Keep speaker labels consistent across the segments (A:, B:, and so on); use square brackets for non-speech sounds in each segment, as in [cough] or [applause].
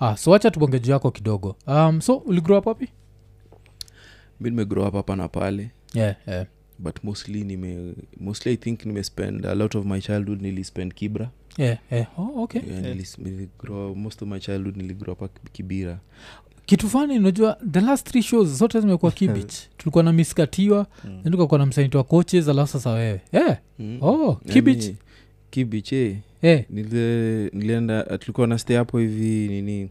A: ah, so wacha tuonge juu yako kidogo um, so uligrow up wapi
B: mi nimegrow up hapa na pale
A: yeah, yeah.
B: but mostly nime mostly i think nimespend a lot of my childhood nilispend kibra
A: Yeah, yeah. Oh, okay.
B: yeah, nilis- niligrow- most of my childhood niligrow up ak- kibira
A: kitu fani unajua the last three shows zote [laughs] zimekuwa kibich tulikuwa na miskatiwa mm. tukakuwa na msanitwa coaches alafu sasa wewe yeah.
B: Mm.
A: oh
B: Yaani,
A: kibich
B: kibich eh.
A: yeah.
B: Nile- nilienda tulikuwa na stay hapo hivi nini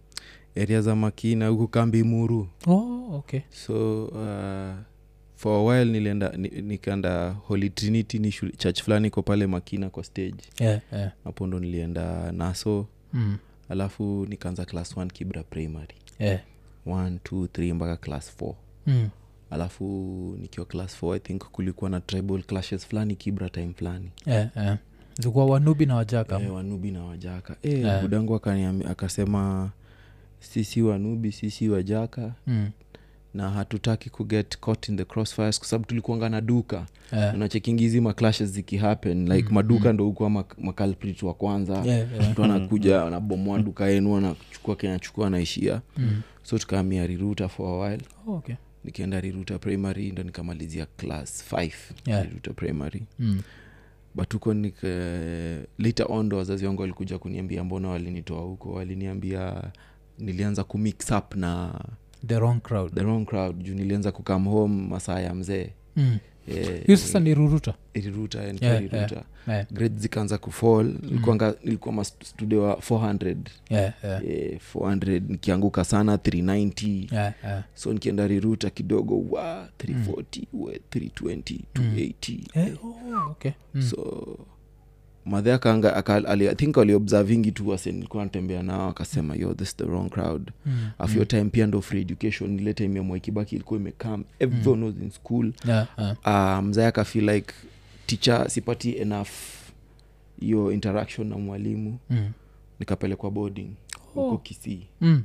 B: area za makina huku kambi muru
A: oh okay
B: so uh, for a while nilienda ni, nikaenda holy trinity ni shule, church fulani iko pale makina kwa stage
A: yeah, yeah.
B: hapo ndo nilienda naso
A: Mm.
B: alafu nikaanza class 1 kibra primary
A: yeah.
B: 1 2 3 mpaka class 4
A: Mm.
B: alafu nikiwa class 4 i think kulikuwa na tribal clashes fulani kibra time fulani
A: yeah, yeah. zikuwa wanubi na wajaka
B: Eh, wanubi na wajaka eh,
A: Eh.
B: budangu akaniambi- akasema sisi wanubi sisi wajaka
A: mm.
B: na hatutaki kuget caught in the crossfires kwa sababu tulikuanga na duka
A: yeah.
B: unachekingi hizi maclashes zikihappen like maduka ndo hukuwa mak- maculprit wa kwanza
A: Mm-hmm. Yeah, yeah.
B: mtu anakuja anabomoa duka yenu anachukua kenachukua anaishia
A: Mm.
B: so tukaamia riruta for a while
A: Oh, okay.
B: nikaenda riruta primary ndo nikamalizia class 5
A: Yeah.
B: riruta primary
A: mm.
B: but huko nika later on ndo wazazi wangu walikuja kuniambia mbona walinitoa huko waliniambia nilianza kumix up na
A: the wrong crowd
B: the wrong crowd juu nilianza kukam home masaa ya mzee
A: Mm.
B: Eh,
A: hiyo sasa ni ruruta
B: riruta yani
A: Yeah,
B: riruta
A: yeah.
B: grade zikaanza kufall nilikuwa nilikuwa mastudio wa 400
A: Yeah, yeah.
B: eh, 400 nikianguka sana 390
A: Yeah, yeah.
B: so nikienda riruta kidogo wa 340
A: Mm.
B: wa 320 280
A: Eh, oh, okay. Mm.
B: so madhe akaanga aka, ali- I think waliobservingi tu wase nilikuwa natembea nao akasema yo this the wrong crowd
A: Mm.
B: afyo time pia ndo free education ile time ya mwaikibaki ilikuwa imekam
A: Mm.
B: everyone was in school
A: Yeah, yeah.
B: uh, mzae akafeel like teacher sipati enough hiyo interaction na mwalimu
A: Mm.
B: nikapelekwa boarding huko
A: Oh.
B: kisii
A: Mm.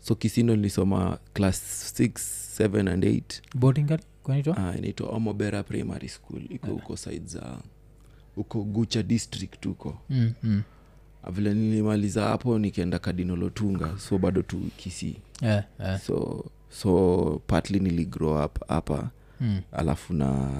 B: so kisii ndo nilisoma class 6 7 and 8
A: boarding gari kunaitwa
B: Ah, inaitwa omobera primary school iko huko side za huko gucha district huko Ah,
A: mm. Mm.
B: vile nilimaliza hapo nikaenda kadinolotunga so bado tu kisi
A: Yeah, yeah.
B: so so partly niligrow up hapa [laughs]
A: Mm.
B: alafu na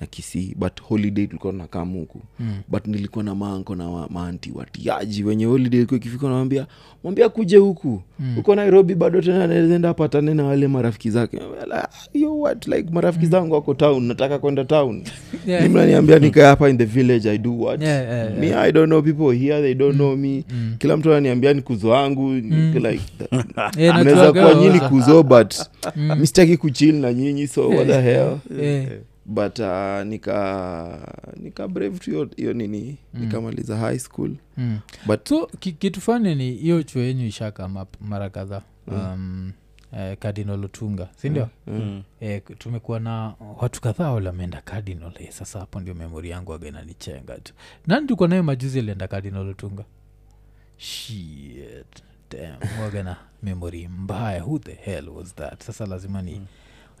B: na kisii but holiday tulikuwa tunakam huku
A: Mm.
B: but nilikuwa na maanko na wa- maanti watiaji wenye holiday ilikuwa ikifika nawambia mwambia kuje huku
A: Mm.
B: huko nairobi bado tena anaezaenda apatane na wale marafiki zake Wala, yo what like marafiki zangu wako town nataka kwenda town
A: Hmm. [laughs] Yeah.
B: Ni mnaniambia nikae hapa in the village i do what
A: Yeah, yeah, Hmm. yeah.
B: me i don't know people here they don't know me kila mtu ananiambia ni kuzo wangu niko like that.
A: Hmm. Eh,
B: mnaweza
A: najua
B: kuwa
A: girl,
B: nyinyi
A: uh,
B: kuzo but mistaki kuchil na nyinyi
A: [laughs]
B: so what the hell
A: eh,
B: but uh, nika nika brave tu hiyo- hiyo nini nikamaliza high school
A: mm.
B: but
A: so ki- kitu fani ni hiyo chuo yenyu ishaka ma- mara kadhaa
B: Hmm.
A: um, eh, cardinal lutunga sindio
C: Mm.
A: eh, k- tumekuwa na watu kadhaa wale wameenda cardinal eh, sasa hapo ndio memori yangu agenanichenga tu nani tulikuwa naye majuzi alienda cardinal lutunga shit damn wagana memory mbaya who the hell was that sasa lazima ni
B: Hmm.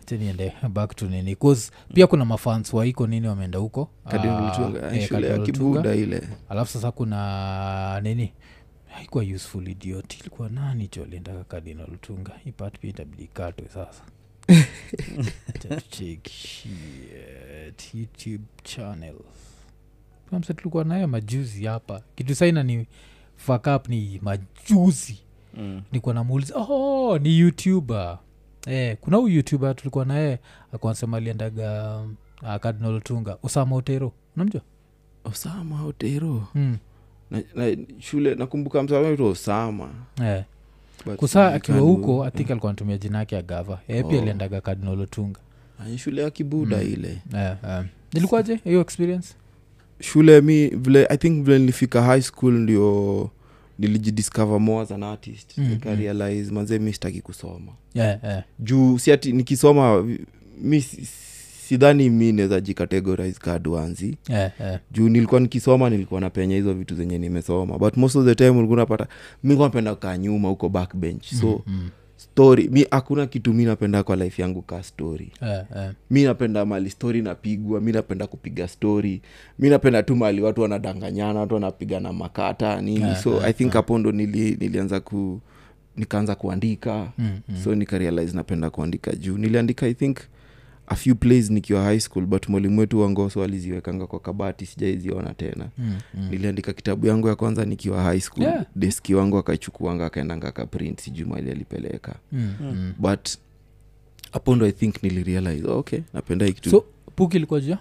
A: acha niende back to nini 'Cause pia kuna mafans waiko nini wameenda huko
B: Cardinal
A: Ah,
B: Lutunga,
A: eh,
B: shule ya
A: Cardinal Lutunga
B: kibuda ile
A: alafu sasa kuna nini haikuwa useful idiot ilikuwa nani cholindaka kadinal lutunga ipat pwkatwe sasa Acha tucheck. Shit. youtube channel Kuna mse tulikuwa nayo majuzi hapa kitu saina ni fuck up ni majuzi
C: Mm.
A: nikuwa namuuliza oh, ni youtuber eh, kuna huu youtuber tulikuwa naye akuansema aliendaga ah, kadinal tunga usama otero unamjua
B: osama otero
A: mm.
B: na, na, shule nakumbuka msaitwa osama
A: eh.
B: but
A: kusaa akiwa
B: sijulikani
A: huko
B: huyu.
A: athink alikuwa anatumia jina yake ya gava e,
B: Oh.
A: pia aliendaga kadnolotunga
B: Ah, shule ya kibuda ile
A: eh, eh. ilikuwaje hiyo experience
B: shule mi vile i think vile nilifika high school ndio nilijidiscover more as an artist
A: Mm,
B: mm, nikarealize manzee mi sitaki kusoma
A: yeah, yeah.
B: juu si ati nikisoma mi si- sidhani mi naweza jicategorize kadwanzi
A: Yeah, yeah.
B: juu nilikuwa nikisoma nilikuwa napenya hizo vitu zenye nimesoma but most of the time ulikuwa napata mi kuwa napenda kukaa nyuma huko backbench so
A: Mm.
B: story mi hakuna kitu mi napenda kwa life yangu ka story
A: eh, eh.
B: mi napenda mali story napigwa mi napenda kupiga story mi napenda tu mali watu wanadanganyana watu wanapigana makata nini
A: Yeah,
B: so
A: yeah,
B: i think hapo ndo nili, nilianza ku nikaanza kuandika
A: Mm, mm.
B: so nikarealize napenda kuandika juu niliandika i think a few plays nikiwa high school but mwalimu wetu wa ngoso aliziwekanga kwa kabati sijaiziona tena
A: Mm, mm.
B: niliandika kitabu yangu ya kwanza nikiwa high school
A: Yeah.
B: deski wangu akaichukuanga akaendanga akaprint sijuu mali alipeleka
A: Mm, mm.
B: but hapo ndo i think nilirealize oh, okay napenda hii kitu
A: so puki ilikuwa jua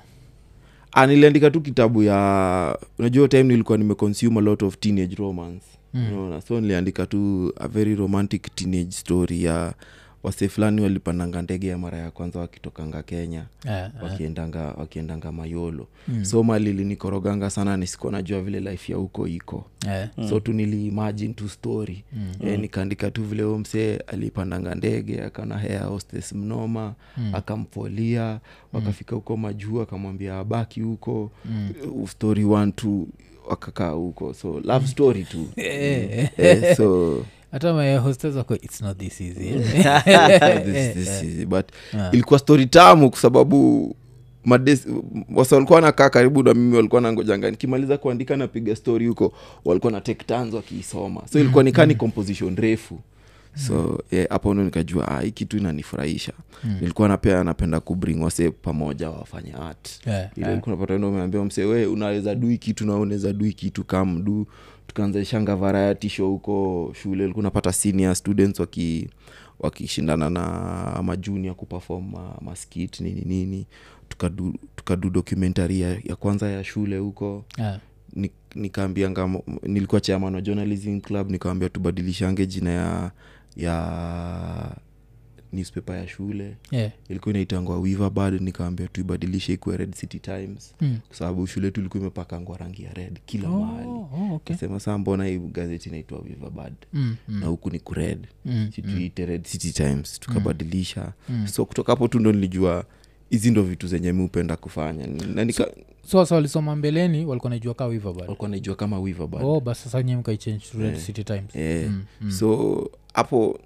B: Ah, niliandika tu kitabu ya unajua time nilikuwa nimeconsume a lot of teenage romance
A: Mm.
B: unaona so niliandika tu a very romantic teenage story ya wase fulani walipandanga ndege ya mara ya kwanza wakitokanga kenya
A: Eh, eh.
B: wakiendanga wakiendanga mayolo
A: Mm.
B: so mali linikoroganga sana nisikuwa najua vile life ya huko iko
A: Eh.
B: mm. so tu niliimagine tu story
A: Mm.
B: e, nikaandika tu vile huyo msee alipandanga ndege akaona hea hostes mnoma
A: Mm.
B: akamfolia wakafika huko majuu akamwambia abaki huko
A: Mm.
B: mm. story one two wakakaa huko so love story tu
A: [laughs] Eh,
B: Eh, so
A: hata mahostes wako its not this easy [laughs]
B: [laughs]
A: Eh,
B: this, this is, but
A: Ah.
B: ilikuwa stori tamu kwa sababu mades- wasa walikuwa nakaa karibu na mimi walikuwa nangojanga nikimaliza kuandika napiga stori huko walikuwa na take turns wakiisoma so ilikuwa nikaa ni composition refu so eh, hapo ndo nikajua ah, hii kitu inanifurahisha nilikuwa napea napenda kubring wase pamoja wafanye art
A: Eh,
B: ile ulikuwa unapata ndo umeambia msee we unaweza dui kitu na unaweza dui kitu kamdu tukaanzaishanga variety show huko shule ulikuwa unapata senior students waki wakishindana na majunia kuperform ma- maskit nini nini tukadu, tukadu documentary ya, ya kwanza ya shule huko
A: eh.
B: Ni- nikaambianga nilikuwa chairman wa journalism club nikawambia tubadilishange jina ya ya newspaper ya shule
A: Yeah.
B: ilikuwa inaitangwa wiverbird nikaambia tuibadilishe ikuwe red city times
A: Mm.
B: kwa sababu shule tu ilikuwa imepakangwa rangi ya red kila
A: Oh,
B: mahali
A: oh, okay.
B: kasema saa mbona hii gazeti inaitwa wiverbird
A: Mm,
B: na
A: mm,
B: huku ni kured
A: mm,
B: situiite red city times tukabadilisha
A: mm.
B: so kutoka hapo tu ndo nilijua hizi ndo vitu zenye mi hupenda kufanya na nika
A: so wasa walisoma mbeleni walikuwa naijua ka wiva bado
B: walikuwa naijua kama wiverbird
A: oh bas sasa nyie mkaichange to red city times
B: eh,
A: Mm, mm.
B: so hapo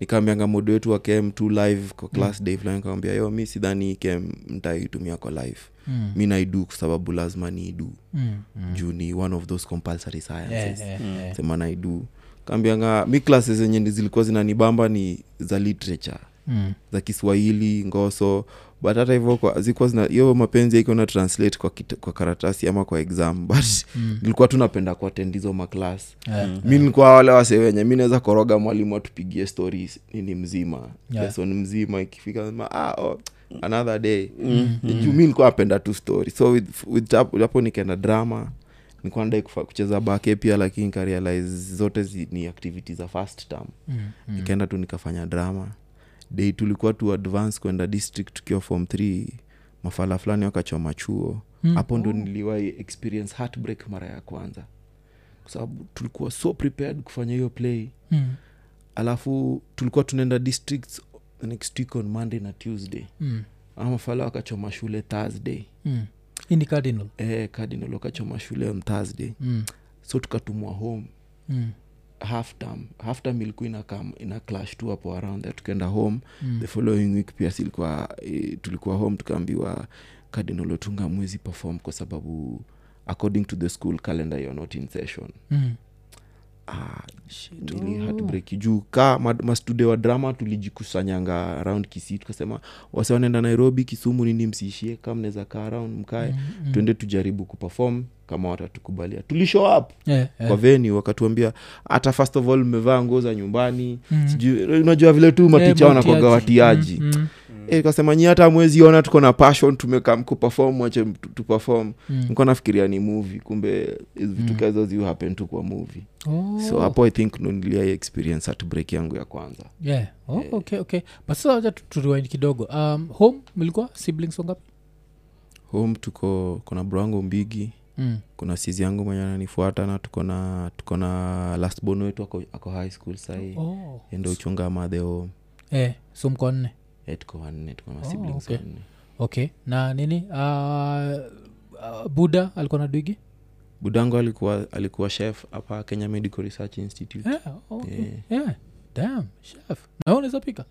B: nikaambianga modo wetu wa kem tu live kwa class
A: Hmm.
B: day fulani nikamwambia yo mi sidhani hii kem mtaitumia kwa live
A: Mm,
B: mi naidu kwa sababu lazima niidu
A: mm, mm.
B: juu ni one of those compulsory
A: Eh,
B: sciences
A: eh, eh.
B: sema naidu kaambianga mi classes zenye ndi- zilikuwa zinanibamba ni za literature
A: Mm,
B: za kiswahili ngoso but hata hivyo kwa- zilikuwa zina hiyo mapenzi yaiko na translate kwa, kita, kwa karatasi ama kwa exam but
A: mm.
B: nilikuwa tu napenda kuattend hizo maklas
A: Eh,
B: Mm-hmm. mi nilikuwa wale wasee wenye mi naweza koroga mwalimu atupigie stories nini mzima
A: Yeah.
B: lesson mzima ikifika sema, ah, oh, another day juu mi nilikuwa napenda tu story so with- with tap- hapo nikaenda drama nilikuwa nadai kufa- kucheza bake pia lakini nikarealize zote zi, ni activity za first term
A: mm, mm.
B: nikaenda tu nikafanya drama day tulikuwa tu advance kwenda district tukiwa form 3 mafala fulani wakachoma chuo
A: Mm.
B: hapo ndo niliwahi experience heartbreak mara ya kwanza kwa sababu tulikuwa so prepared kufanya hiyo play
A: Mm,
B: alafu tulikuwa tunaenda districts next week on monday na tuesday
A: mm,
B: amafala wakachoma shule thursday
A: mm. hii ni cardinal
B: eh, cardinal wakachoma shule on thursday
A: Mm,
B: so tukatumwa home
A: mm,
B: half term half term ilikuwa inakam ina clash tu hapo around there tukaenda home
A: Mm.
B: the following week pia silikuwa e, tulikuwa home tukaambiwa cardinal otunga mwezi perform kwa sababu according to the school calendar you're not in session
A: mm.
B: ah,
A: Oh.
B: nili heartbreak juu ka mad- mastude wa drama tulijikusanyanga around kisii tukasema wase wanaenda nairobi kisumu nini msiishie ka mnaweza kaa around mkae
A: Mm, mm.
B: tuende tujaribu kuperform kama watatukubalia tulishow up
A: Eh, eh.
B: kwa venue wakatuambia hata first of all mmevaa nguo za nyumbani
A: Mm.
B: sijui unajua vile tu maticha
A: Eh,
B: wanakwaga
A: mautiaji.
B: watiaji
A: Mm, mm,
B: Eh, kasema nyi hata mwezi ona tuko na passion tumekam kuperform wache tu- tupefom
A: mm.
B: nikuwa nafikiria ni movie kumbe hizi vitu
A: Mm.
B: kazo zi happen tu kwa movie
A: Oh.
B: so hapo i think ndo niliai experience at break yangu ya kwanza
A: yeah. oh, okay okay but sasa wacha tu- turewind kidogo um, home mlikuwa siblings wangapi
B: home tuko kuna bro wangu mbigi
A: mm.
B: kuna sizi yangu mwenye ananifuata na tuko na tuko na last bon wetu ako, ako high school sahii oh.
A: oh.
B: endo uchunga madhe home
A: eh, so mko wanne
B: Eh, tuko wanne tuko na
A: Oh,
B: siblings
A: okay.
B: wanne
A: okay na nini uh, uh, buda alikuwa na dwigi
B: budango alikuwa alikuwa chef hapa kenya medical research institute
A: yeah, okay.
B: Eh.
A: yeah. dam chef nawe unaweza pika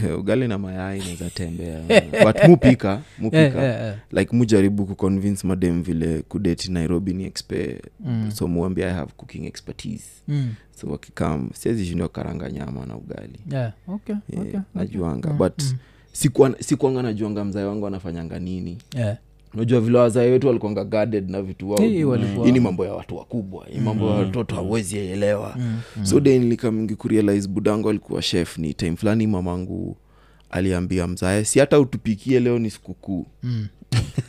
B: [laughs] ugali na mayai naweza tembea but mupika mupika
A: Eh. [laughs] Eh, eh, eh.
B: like mujaribu kuconvince madem vile kudeti nairobi ni expe
A: Mm,
B: so muambi i have cooking expertise
A: mm,
B: so wakikam siwezi shindwa karanga nyama na ugali
A: yeah, okay,
B: yeah,
A: okay, okay.
B: najuanga
A: Mm,
B: but
A: mm.
B: sikuwa- sikuwanga najuanga mzae wangu anafanyanga nini
A: Yeah.
B: unajua vile wazae wetu walikuanga guarded na vitu wao
A: Hey, walikuwa-
B: hii ni mambo ya watu wakubwa hii mambo ya watoto hawezi elewa
A: Mm, mm.
B: so then likamingi kurealize budangu alikuwa chef ni time fulani mamangu aliambia mzae si hata utupikie leo ni sikukuu
A: Mm.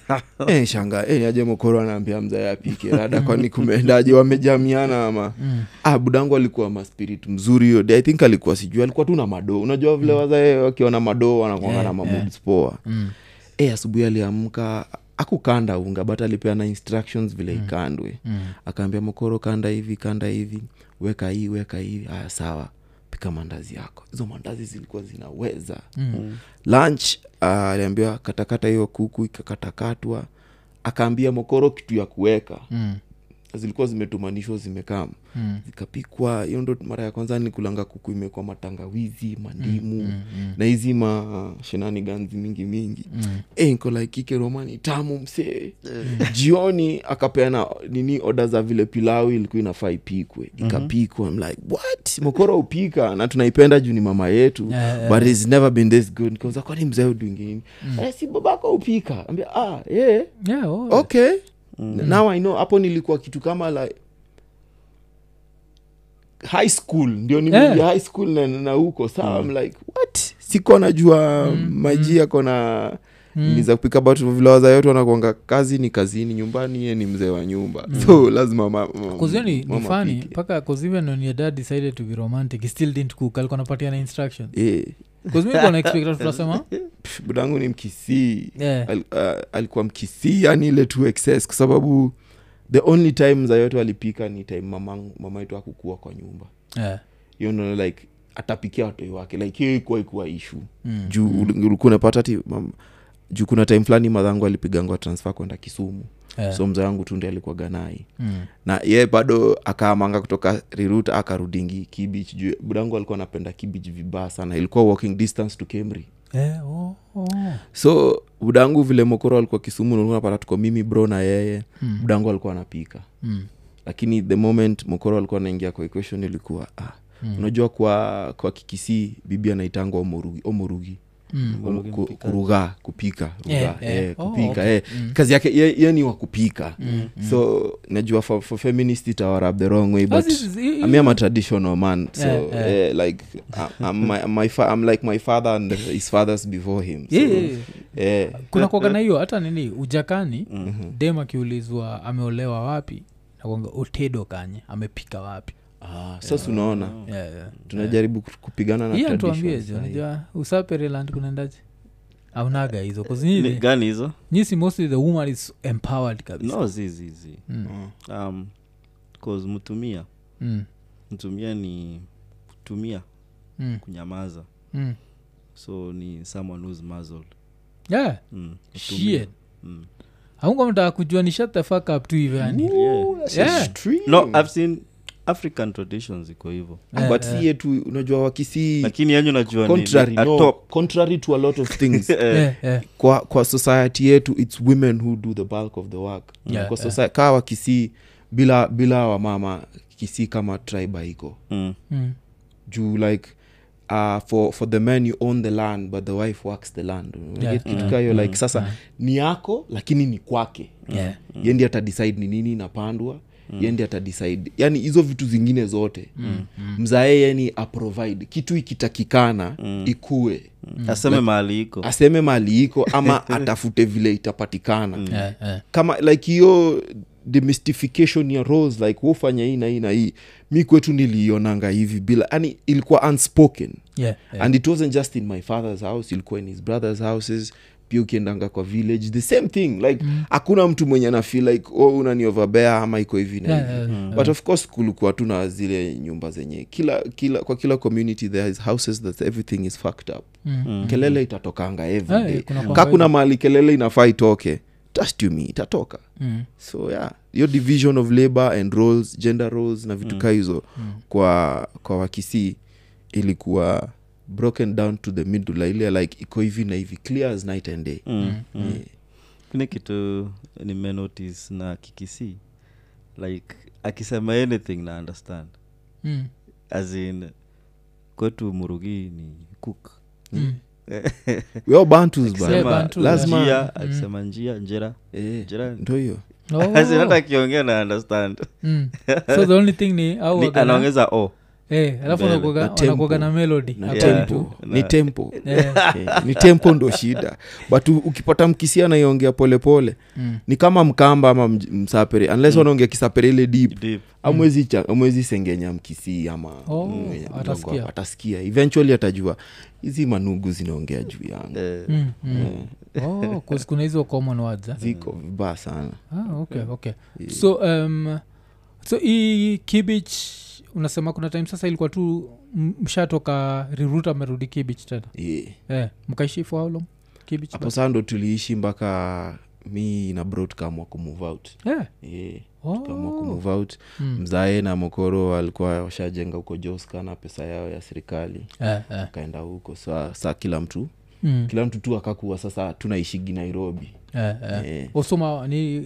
A: [laughs]
B: e, shanga e, aje mokoro anaambia mzae apike rada kwani kumeendaje wamejamiana ama
A: Mm.
B: ah, budangu alikuwa maspirit mzuri hiyo day. i think alikuwa sijui alikuwa tu na madoo unajua vile wazae wakiona madoo wanakuanga na mamood poa
A: Mm.
B: e, asubuhi aliamka akukanda unga but alipeana instructions vile ikandwe
A: Mm.
B: akaambia mokoro kanda hivi kanda hivi weka hii weka hivi aya sawa pika mandazi yako hizo mandazi zilikuwa zinaweza
A: Mm.
B: lunch uh, aliambiwa katakata hiyo kuku ikakatakatwa akaambia mokoro kitu ya kuweka
A: Mm.
B: zilikuwa zimetumanishwa zimekam
A: Mm.
B: zikapikwa hiyo ndo mara ya kwanza nikulanga kuku imekuwa matangawizi mandimu
A: Mm. Mm.
B: na hizi ma shenani ganzi mingi mingi
A: Mm.
B: e, nkolaikike romani tamu msee
A: Hmm.
B: jioni akapeana nini oda za vile pilau ilikuwa inafaa ipikwe
A: Hmm.
B: ikapikwa I'm like what mokoro upika na tunaipenda juu ni mama yetu
A: Yeah, yeah. Hmm.
B: but it's never been this good Nikauliza, kwani mzee udwingini mm. si babako upika ambia ah, yeah.
A: Yeah, oh.
B: okay now i know hapo nilikuwa kitu kama like high school ndio nimeingia
A: Yeah.
B: high school na, na huko sawa mm. like what sikuwa najua mm. maji yako na mm. za kupika but vile wazae wetu wanakuanga kazi ni kazini nyumbani ye ni mzee wa nyumba mm. so lazima ma, ma,
A: kuzio ni, ni
B: mama
A: fani
B: apike.
A: mpaka cause even when your dad decided to be romantic he still didn't cook alikuwa napatia na instruction
B: Eh,
A: cause mi kuna expect watu tunasema
B: pff, budangu ni
A: [laughs]
B: mkisii
A: yeah.
B: Al, uh, alikuwa mkisii yani ile tu excess kwa sababu the only time mzee wetu alipika ni time mamangu- mama yetu akukua kwa nyumba
A: yeah.
B: you know, like atapikia watoi wake like hiyo ikuwa ikuwa ishu
A: Mm.
B: juu ul- ulikuwa unapata ati mam- juu kuna time fulani madhangu alipigangwa transfer kwenda kisumu
A: yeah.
B: so mzee wangu tunde alikuwa ganai
A: mm.
B: na ye bado akaamanga kutoka rirut akarudingi kibich juu budangu alikuwa anapenda kibich vibaya sana ilikuwa walking distance to kemri
A: yeah. oh, oh.
B: so budangu vile mokoro alikuwa kisumu nilikuwa napata tuko mimi bro na yeye mm. budangu alikuwa anapika
A: Mm.
B: lakini the moment mokoro alikuwa anaingia kwa equation ilikuwa ah, mm. unajua kwa kwa kikisii bibi anaitangwa omorugi, omorugi.
A: Mm.
B: Om- ku- kuruga kupika ruga,
A: Yeah, yeah.
B: eh,
A: Oh,
B: kupika
A: okay.
B: eh. kazi yake ye, ye ni wa kupika mm. so najua for, for feminist it are up the wrong way but
A: As is- i- i-
B: I mean, I'm a traditional man, so
A: Yeah, yeah.
B: eh, like I, I'm my, my fa- I'm like my father and his fathers before him. So,
A: Yeah, yeah, yeah.
B: eh,
A: kuna kuaga na hiyo hata nini ujakani mm-hmm. dem akiulizwa ameolewa wapi nakwanga otedo kanye amepika wapi
B: ah, sasa
C: Mm.
B: unaona
A: yeah, yeah.
B: tunajaribu ku- kupigana na
A: hiyo
B: traditions
A: antuambie jo
B: sahi.
A: najua usapereland kunaendaje aunaga hizo [laughs] kuzini
C: gani hizo
A: nyisi mostly the woman is empowered kabisa
C: no zizizi
A: Mm.
C: um, cause mtumia
A: Mm.
C: mtumia ni kutumia
A: Mm.
C: kunyamaza
A: Mm.
C: so ni someone who's muzzled
A: Yeah.
C: mm. mtumia.
A: Shit.
C: Mm.
A: aunga mtaa kujua ni shut the fuck up tu hivyo yani
C: Yeah.
B: Ooh, that's
A: Yeah.
B: extreme.
C: no i've seen african traditions iko hivyo
B: Ah, but si yetu unajua wakisii
C: lakini yenyu najua ni- ni
B: contrary,
C: a
B: no,
C: top.
B: contrary to a lot of
C: [laughs]
B: things
C: Eh,
A: Yeah, yeah.
B: kwa, kwa society yetu its women who do the bulk of the work
A: Yeah,
B: kwa
A: yeah.
B: soci- kaa wa kisii bila bila wamama kisii kama tribe haiko
C: mm.
A: Mm.
B: juu like uh, for, for the men you own the land but the wife works the land
A: Yeah. Mm.
B: yeah. kitu kayo like sasa ni yako lakini ni kwake
A: Yeah.
B: mm. yendi atadecide ni nini inapandwa mm. yendi atadecide yani hizo vitu zingine zote mm. mzae yeni aprovide kitu ikitakikana mm. ikue
C: aseme mahali iko
B: aseme mali iko [laughs] ama atafute vile itapatikana mm.
A: Yeah, yeah.
B: kama like hiyo demystification ya roles like wofanya hii na hii na hii mi kwetu niliionanga hivi bila yani ilikuwa unspoken
A: Yeah, yeah.
B: and it wasn't just in my father's house ilikuwa in his brother's houses pia ukiendanga kwa village the same thing like hakuna mtu mwenye anafeel like oh, unaniovabea ama iko hivi na
A: Yeah,
B: hivi
A: yeah, yeah.
B: but of course kulikuwa tu na zile nyumba zenye kila kila kwa kila community there is houses that everything is fucked up
A: Mm.
B: kelele itatokanga everyday
A: Eh, kuna
B: ka
A: kwanga
B: kuna mahali kelele inafaa itoke trust you me itatoka
A: Mm.
B: so yeah hiyo
A: Mm.
B: division of labor and roles gender roles na vitu kaa hizo kwa kwa wakisii ilikuwa broken down to the middle ile like iko hivi na hivi clear as night and day
C: mm. mm.
B: Eh,
C: kini kitu nimenotice na kikisi like akisema anything na understand
A: mm.
C: as in kwetu murugi ni cook
A: mm.
B: we are bantus
A: Akisema-
B: bana.
A: Bantu,
B: lazima-
C: njia
A: Mm.
C: akisema njia njera
B: Eh,
C: njera
B: ndo hiyo [laughs]
A: Oh.
C: [laughs] As in hata akiongea na understand
A: Mm. so the only thing ni au
B: [laughs]
C: Ni
A: wakona-
C: anaongeza "Oh, o
A: eh, alafu
C: mbele.
A: wanakuwaga-
B: Na tempo.
A: wanakuwaga na melody
B: na
A: Hakuna
C: Yeah.
A: kitu.
B: tempo ni
C: Na-
B: tempo
A: Eh,
B: [laughs] Eh, ni tempo ndo shida but u- ukipata mkisia naiongea polepole
A: mm.
B: ni kama mkamba ama mj- msapere unless wanaongea kisapere ile
A: Mm.
B: deep
C: deep
B: amwezi amwezi sengenya mkisii ama
A: Oh,
B: mwenye mdogo
A: atasikia.
B: wako. atasikia eventually atajua hizi manugu zinaongea juu yangu
C: Eh,
A: Mm, mm. Oh, 'cause kuna hizo common words
B: [laughs]
A: eh?
B: ziko vibaya sana
A: ah, okay, okay. so um, so hii kibich unasema kuna time sasa ilikuwa tu m- mshatoka rirut amerudi kibich tena
B: Eh,
A: eh, mkaishi for how long kibich
B: hapo saa ndo tuliishi mpaka mi na bro tukaamua kumove out
A: eh.
B: Eh, tukaamua
A: oh.
B: kumove out
A: mm.
B: mzae na mokoro walikuwa washajenga huko joska na pesa yao ya serikali
A: eh, eh.
B: akaenda huko saa sa kila mtu
A: Mm.
B: kila mtu tu akakuwa sasa tunaishigi nairobi
A: eh, eh.
B: eh.
A: osoma ni uh,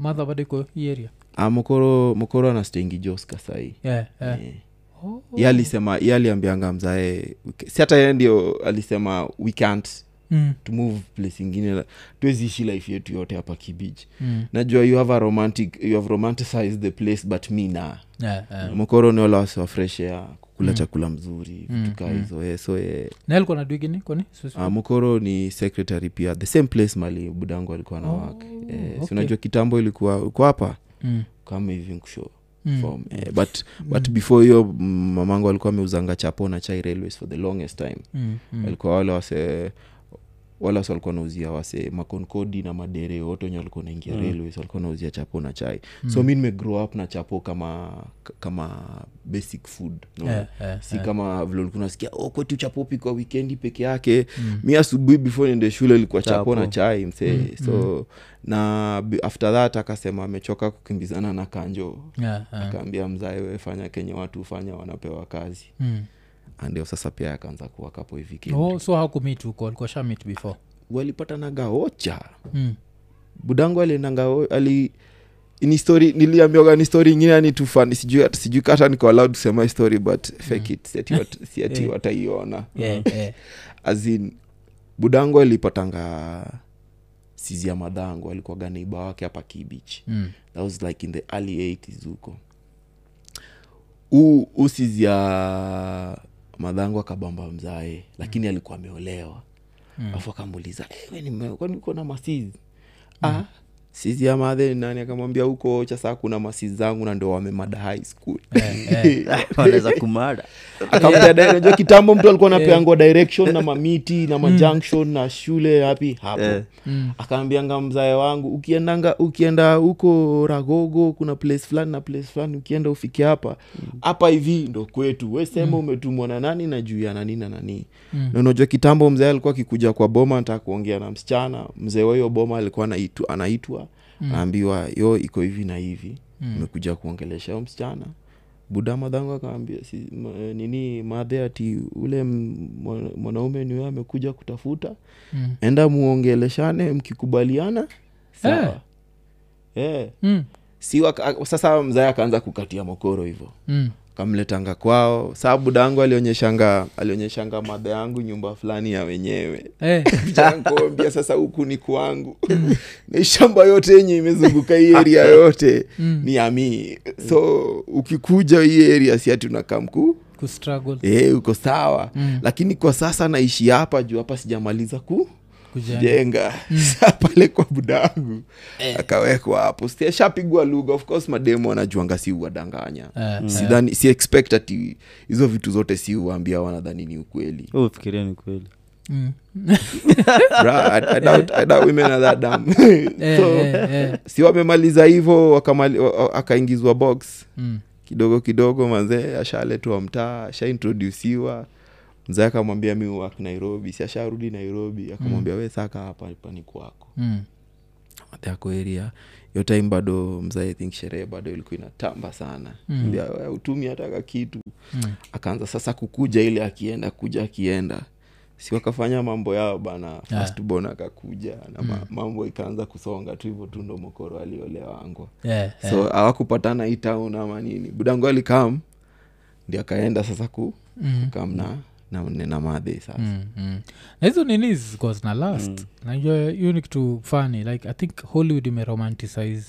A: madha bado iko hii area
B: Ah, mokoro mokoro anastengi joska sahii
A: eh, eh.
B: eh.
A: Oh.
B: ye alisema ye aliambianga mzae "We- si hata ye ndio alisema we can't
A: Mm,
B: to move place ingine la- tuweziishi life yetu yote hapa kibich
A: mm.
B: najua you have a romantic you have romanticized the place but me na
A: Eh, eh.
B: mokoro ni wala wasi wa fresh air kukula
A: Mm.
B: chakula mzuri
A: Mm,
B: vitu kaa
A: mm.
B: hizo eh, so eh,
A: na alikuwa na dwigini kwani
B: ah, mokoro ni secretary pia the same place mali budangu alikuwa na wak
A: Oh,
B: eh, si
A: okay.
B: unajua kitambo ilikuwa uko hapa
A: Mm,
B: kama hivi nkusho
A: mm.
B: form eh, but,
A: Hmm.
B: but before hiyo mm, mamangu alikuwa ameuzanga chapo na chai railways for the longest time
A: Mm, mm.
B: alikuwa wale wase wala wase walikuwa nauzia wase makonkodi na madere wote wenye walikuwa naingia
A: Hmm.
C: Mm.
B: railways walikuwa nauzia chapo na chai so mi nimegrow up na chapo kama kama basic food unaona?
A: Eh, eh,
B: si
A: eh.
B: kama vile ulikuwa nasikia oh, kwetu chapo pikwa wikendi peke yake
A: Mm.
B: mi asubuhi before niende shule ilikuwa chapo,
C: Chapo.
B: na chai msee
A: Mm,
B: so na b- after that akasema amechoka kukimbizana na kanjo
A: Yeah, yeah.
B: akaambia mzae we fanya kenye watu hufanya wanapewa kazi
A: Mm.
B: andio sasa pia akaanza kuwa kapo hivi Kenya.
A: Oh, so hakumit huko alikuwa shamit before
B: walipatana gaocha
A: mm.
B: budangu aliendangao ali ni story niliambiwaga ni story ingine yani tufani sijui sijui hata niko allowed kusema hii story but fake it si ati wat- si ati
A: Mm. [laughs] Eh.
B: wataiona
A: yeah, yeah.
B: azin budangu alipatanga sizia madhangu alikuwaga neiba wake hapa kibich
A: Mm.
B: that was like in the early 80s huko huu huu sizia madhangu akabamba mzae lakini alikuwa ameolewa
A: Mm.
B: afu akamuuliza "Eh, we nime- kwani uko na masizi ah, sizi ya madhe ni nani akamwambia huko cha saa kuna masizi zangu na ndo wamemada high school [laughs]
C: Eh, [laughs] wanaweza kumada
B: akampea di- unajua kitambo mtu alikuwa anapeangwa direction na mamiti na majunction na shule hapi hapo
C: Eh.
A: Mm.
B: akaambianga mzae wangu ukiendanga ukienda huko ragogo kuna place fulani na place fulani ukienda ufike hapa hapa hivi ndo kwetu we sema umetumwa na nani na juu ya nani na nani
A: Mm.
B: na unajua kitambo mzee alikuwa akikuja kwa boma nataka kuongea na msichana mzee wa hiyo boma alikuwa anaitu- anaitwa anaambiwa yo iko hivi na hivi umekuja kuongelesha huyo msichana buda madhangu akaambia si, ma, eh, nini madhe ati ule m- mwa- mwanaume niwe amekuja kutafuta
A: Mm.
B: enda muongeleshane mkikubaliana sawa eh.
A: Mm.
B: si waka- a- sasa mzae akaanza kukatia mokoro hivyo
A: Mm.
B: kamletanga kwao saa buda yangu alionyeshanga alionyeshanga madha yangu nyumba fulani ya wenyewe
A: Eh,
B: jankombia sasa huku ni kwangu [laughs] ni shamba yote yenye imezunguka hii eria yote
A: Mm.
B: ni yamii so ukikuja hii eria siati unakamku
A: kustruggle
B: [laughs] e, uko sawa
A: Mm.
B: lakini kwa sasa naishi hapa juu hapa sijamaliza ku
A: kujenga
B: jenga
A: Mm.
B: [laughs] saa pale kwa budangu
A: Eh.
B: akawekwa hapo Si- ashapigwa lugha of course mademo anajuanga si uwadanganya
A: Eh, eh.
B: sidhani si expect ati hizo vitu zote si uwaambia wanadhani ni
A: [laughs]
B: ukweli
C: Wewe ufikiria ni kweli
A: Mm.
B: Bruh, I, I doubt, I doubt women are that dumb. [laughs]
A: Eh,
B: so
A: eh, eh.
B: [laughs] si wamemaliza hivo wakamali- wa- wa- akaingizwa box
A: Mm.
B: kidogo kidogo mazee ashaletwa mtaa ashaintrodusiwa mzee akamwambia Mm. mi wak nairobi si asharudi nairobi akamwambia we saka hapa hapa ni kwako
A: Mm.
B: yako area yo time bado mzae think sherehe bado ilikuwa inatamba sana
A: Mm.
B: Ndio, "Ah, utumi hataka kitu
A: Mm.
B: akaanza sasa kukuja ile akienda kuja akienda si wakafanya mambo yao bana fastbon akakuja na ma- mambo ikaanza kusonga tu hivyo tu ndo mokoro aliolewa angwa
A: Yeah, yeah.
B: so hawakupatana hii town ama nini budangu alikam ndi akaenda sasa ku
A: Mm.
B: kam na na nena madhe sasa
A: Mm, mm. na hizo nini zikuwa zina last
B: Mm.
A: najua hiyo ni kitu fani like i think hollywood imeromanticize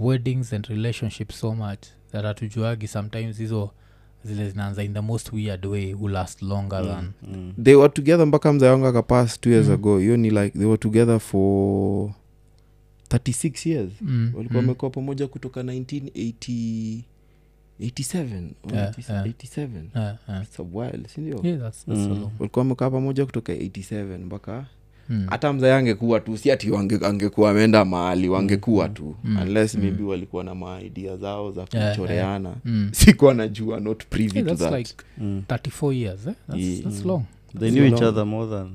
A: weddings and relationships so much that hatujuagi sometimes hizo zile zinaanza in the most weird way who last longer than
C: mm.
B: they were together mpaka mzee wangu akapass two
A: Mm.
B: years ago hiyo ni like they were together for 36 years
A: Mm,
B: walikuwa
A: mm.
B: wamekuwa pamoja kutoka 1987 or
A: Yeah,
B: 80
A: yeah.
B: 87
A: Yeah, yeah.
B: It's a while, si ndio?
A: Yeah, that's- that's a
C: Mm.
A: long-
B: walikuwa wamekaa pamoja kutoka 87 mpaka
A: mm.
B: hata mzae angekuwa tu si ati wange- angekuwa ameenda mahali
A: Hmm.
B: wangekuwa tu
A: Mm.
B: unless maybe walikuwa na maidea zao za
A: Yeah,
B: kuchoreana
A: Mm.
B: sikuwa najua not privy
A: Yeah,
B: to
A: that's
B: that
A: like
C: Mm.
A: 34 years eh? that's,
B: Yeah.
A: that's long
C: they knew each
B: long.
C: other more than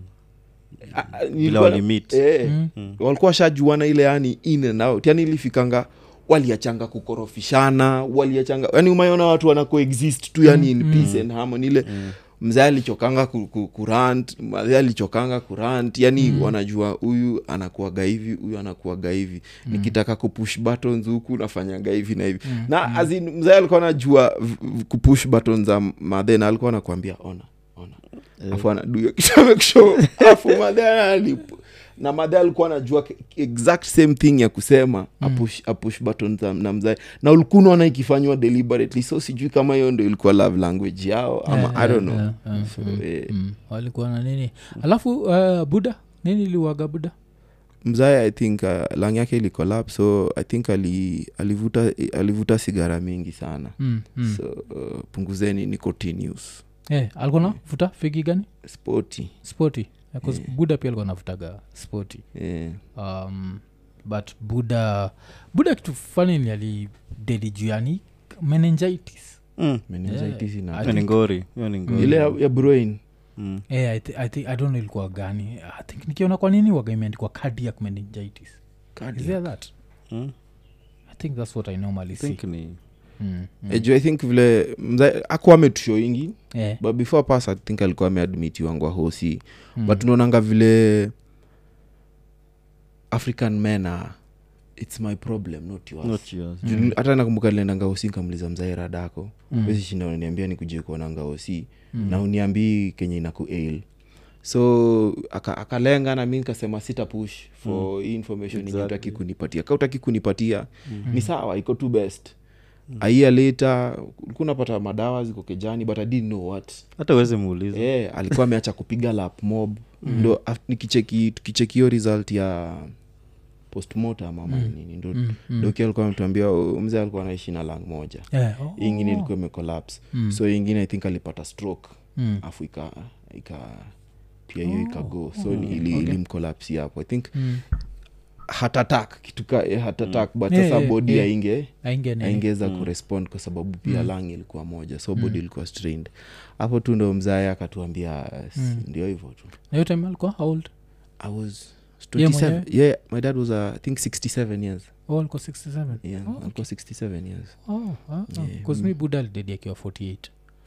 B: Ah, ah,
C: vile
B: nilikuwa-
C: walimit
B: Eh.
A: Mm.
C: Mm.
B: walikuwa washajuana ile yani in and out yani ilifikanga waliachanga kukorofishana waliachanga yani umayona watu wana coexist tu yani in peace and harmony ile mzee alichokanga ku- ku- kurant mzee alichokanga kurant yani wanajua huyu anakuaga hivi huyu anakuaga hivi nikitaka kupush buttons huku nafanyaga hivi na hivi na as in, mzee alikuwa anajua v- v- kupush buttons za madhe na alikuwa anakuambia ona ona afu anaduya kitamekusho afu madhe analipo na madhe alikuwa anajua ke- exact same thing ya kusema apush, apush button za- na mzae na ulikuwa unaona ikifanywa deliberately so sijui kama hiyo ndo ilikuwa love language yao ama
A: Yeah,
B: um, i don't
A: yeah,
B: know
A: yeah, yeah,
B: so, Mm.
A: mm,
B: eh,
A: mm. walikuwa na nini alafu uh, buda nini liwaga buda
B: mzae i think uh, lang yake ilikolab so i think ali, alivuta, alivuta sigara mingi sana
A: mm, mm.
B: so uh, punguzeni nicotinus
A: Eh, alikuwa navuta figi gani
B: spoti
A: spoti Eh, 'cause buda pia alikuwa navutaga spoti
B: eh.
A: um, but buda buda kitu fani ni alidedi juu yani meningitis
C: Mm.
B: meningitis ina-
A: I
C: Hiyo ni
A: think-
C: ngori hiyo ni ngori
B: ile ya, ya brain
C: Mm.
A: eh, I, thi- I, thi- i don't know ilikuwa gani i think nikiona kwa nini waga imeandikwa cardiac meningitis is there that
C: Mm.
A: i think that's what i normally see
C: think ni
A: mm, mm.
B: Eh, juu i think vile mzae akuwa ametusho ingi
A: eh,
B: but before pass i think alikuwa ameadmitiwa ngwa hosi
A: mm.
B: but unaonanga vile african men are its my problem not yours
C: not yours
B: Juu
A: Mm.
B: nil- hata nakumbuka niliendanga hosi nkamuliza mzae radako mm. wezi shinda unaniambia nikuje kuonanga hosi mm. na uniambii kenye inaku ail so aka- akalenga na mi nikasema sita push for mm. information exactly. utaki kunipatia ka utaki kunipatia mm. ni sawa iko tu best mm. aia leta ulikuwa unapata madawa ziko kejani but i didn't know what
C: hata uweze
A: Eh.
C: muuliza
B: yeah, alikuwa ameacha kupiga lap mob ndo af- nikicheki tukicheki hiyo result ya postmortem ama nini ndo mm. doki alikuwa ametuambia "Oh, mzee alikuwa anaishi na lang moja
A: eh, oh. Hmm.
B: Hii ingine ilikuwa imecollapse mm. so hii ingine i think alipata stroke
A: Mm.
B: afu ika ika pia
A: Oh,
B: hiyo ikago so ni- ili, okay. ilimkolapsi hapo i think
A: Mm.
B: hatatak kituka hatatak mm. but
A: Yeah,
B: sasa
A: yeah,
B: bodi
A: yeah. Hmm.
B: ainge
A: Ainge nini?
B: aingeweza kurespond kwa sababu pia lang ilikuwa moja so
A: Hmm.
B: bodi ilikuwa strained hapo tu ndo mzae akatuambia s-
A: Hmm.
B: ndio hivyo tu
A: Na hiyo time alikuwa how old
B: i was
A: Yeye
B: 27 yeah, my dad was uh, i think 67 years
A: oh, alikuwa 67
B: yeah, Mm. alikuwa 67 years
A: oh, ah, ah. 'Cause mi buda alidedi akiwa 48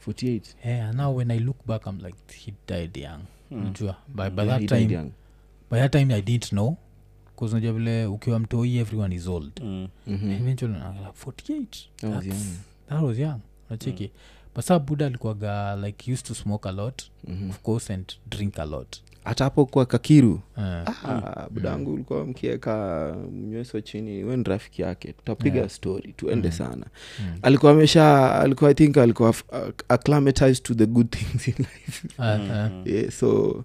B: 48
A: yeah, and now when i look back i'm like he died young najua by, by,
B: Hmm. Yeah,
A: that
B: he died
A: time,
B: young.
A: by that time i didn't know bcause najua vile ukiwa mtoi everyone is old
C: Mm.
B: Mhm.
A: eventually I'm like, 48
B: That was
A: That's-
B: young. Hmm.
A: that was young nacheki but saa buda alikuwaga like used to smoke a lot
B: Mhm.
A: of course and drink a lot
B: hata hapo kwa kakiru
A: Eh,
B: Ah, budangu ulikuwa mkieka mnyweso chini we ni rafiki yake tutapiga story tuende sana alikuwa amesha alikuwa i think alikuwa f- acc- acclimatized to the good things in life
A: eh, eh.
B: yeah, so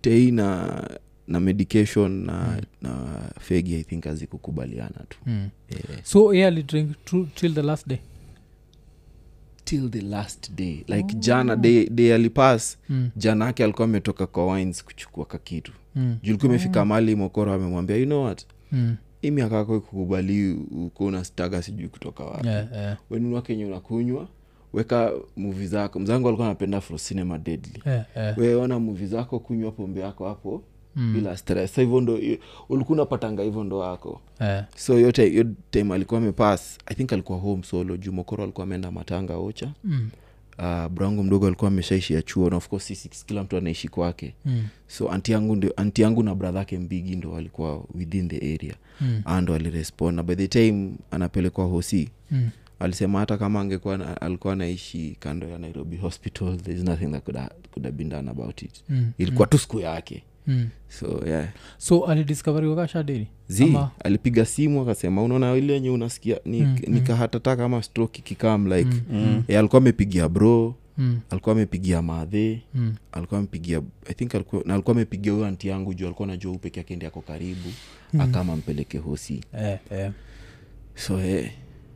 B: tei na na medication na, na fegi i think azikukubaliana tu
A: Mm.
B: yeah.
A: so ye alidrink tru- till the last day
B: till the last day like jana day, day alipass
A: Mm.
B: jana yake alikuwa ametoka kwa wines kuchukua kakitu
A: Mm.
B: julikuwa imefika mali mokoro amemwambia you know what
A: Mm.
B: hii miaka yako ikukubali uko unastaga sijui kutoka wapi
A: Eh, eh.
B: wenunua kenye unakunywa weka muvi zako mzangu alikuwa anapenda for cinema deadly
A: Eh, eh.
B: weona muvi zako kunywa pombe yako hapo mm. bila stress sa hivyo ndo ulikuwa unapatanga hivyo ndo wako
A: eh,
B: so yote hiyo time alikuwa amepass i think alikuwa home solo jumokoro alikuwa ameenda matanga ocha
A: mm,
B: uh, brangu mdogo alikuwa ameshaishia chuo na of course sisi kila mtu anaishi kwake
A: mm,
B: so anti yangu ndio anti yangu na brother yake mbigi ndo walikuwa within the area
A: mm,
B: mm. ndo alirespond na by the time anapelekwa hosi
A: mm.
B: alisema hata kama angekuwa na- alikuwa anaishi kando ya nairobi hospital there is nothing that could, ha- could have been done about it
A: Mm,
B: ilikuwa tu siku yake
A: mm.
B: so yeah
A: so alidiscoveriwa kashadeni
B: z alipiga simu akasema unaona ile yenye unasikia ni,
A: Mm,
B: mm,
A: mm.
B: nikahatata kama stroke ikikam like
A: Mm,
B: mm,
C: mm.
B: E, alikuwa amepigia bro
A: mm,
B: alikuwa amepigia madhe
A: mm,
B: alikuwa amepigia i think alikuwa, na alikuwa amepigia huyo anti yangu juu alikuwa najua upeke yake ndi ako karibu mm. akama mpeleke hosi
A: eh, eh.
B: so hey,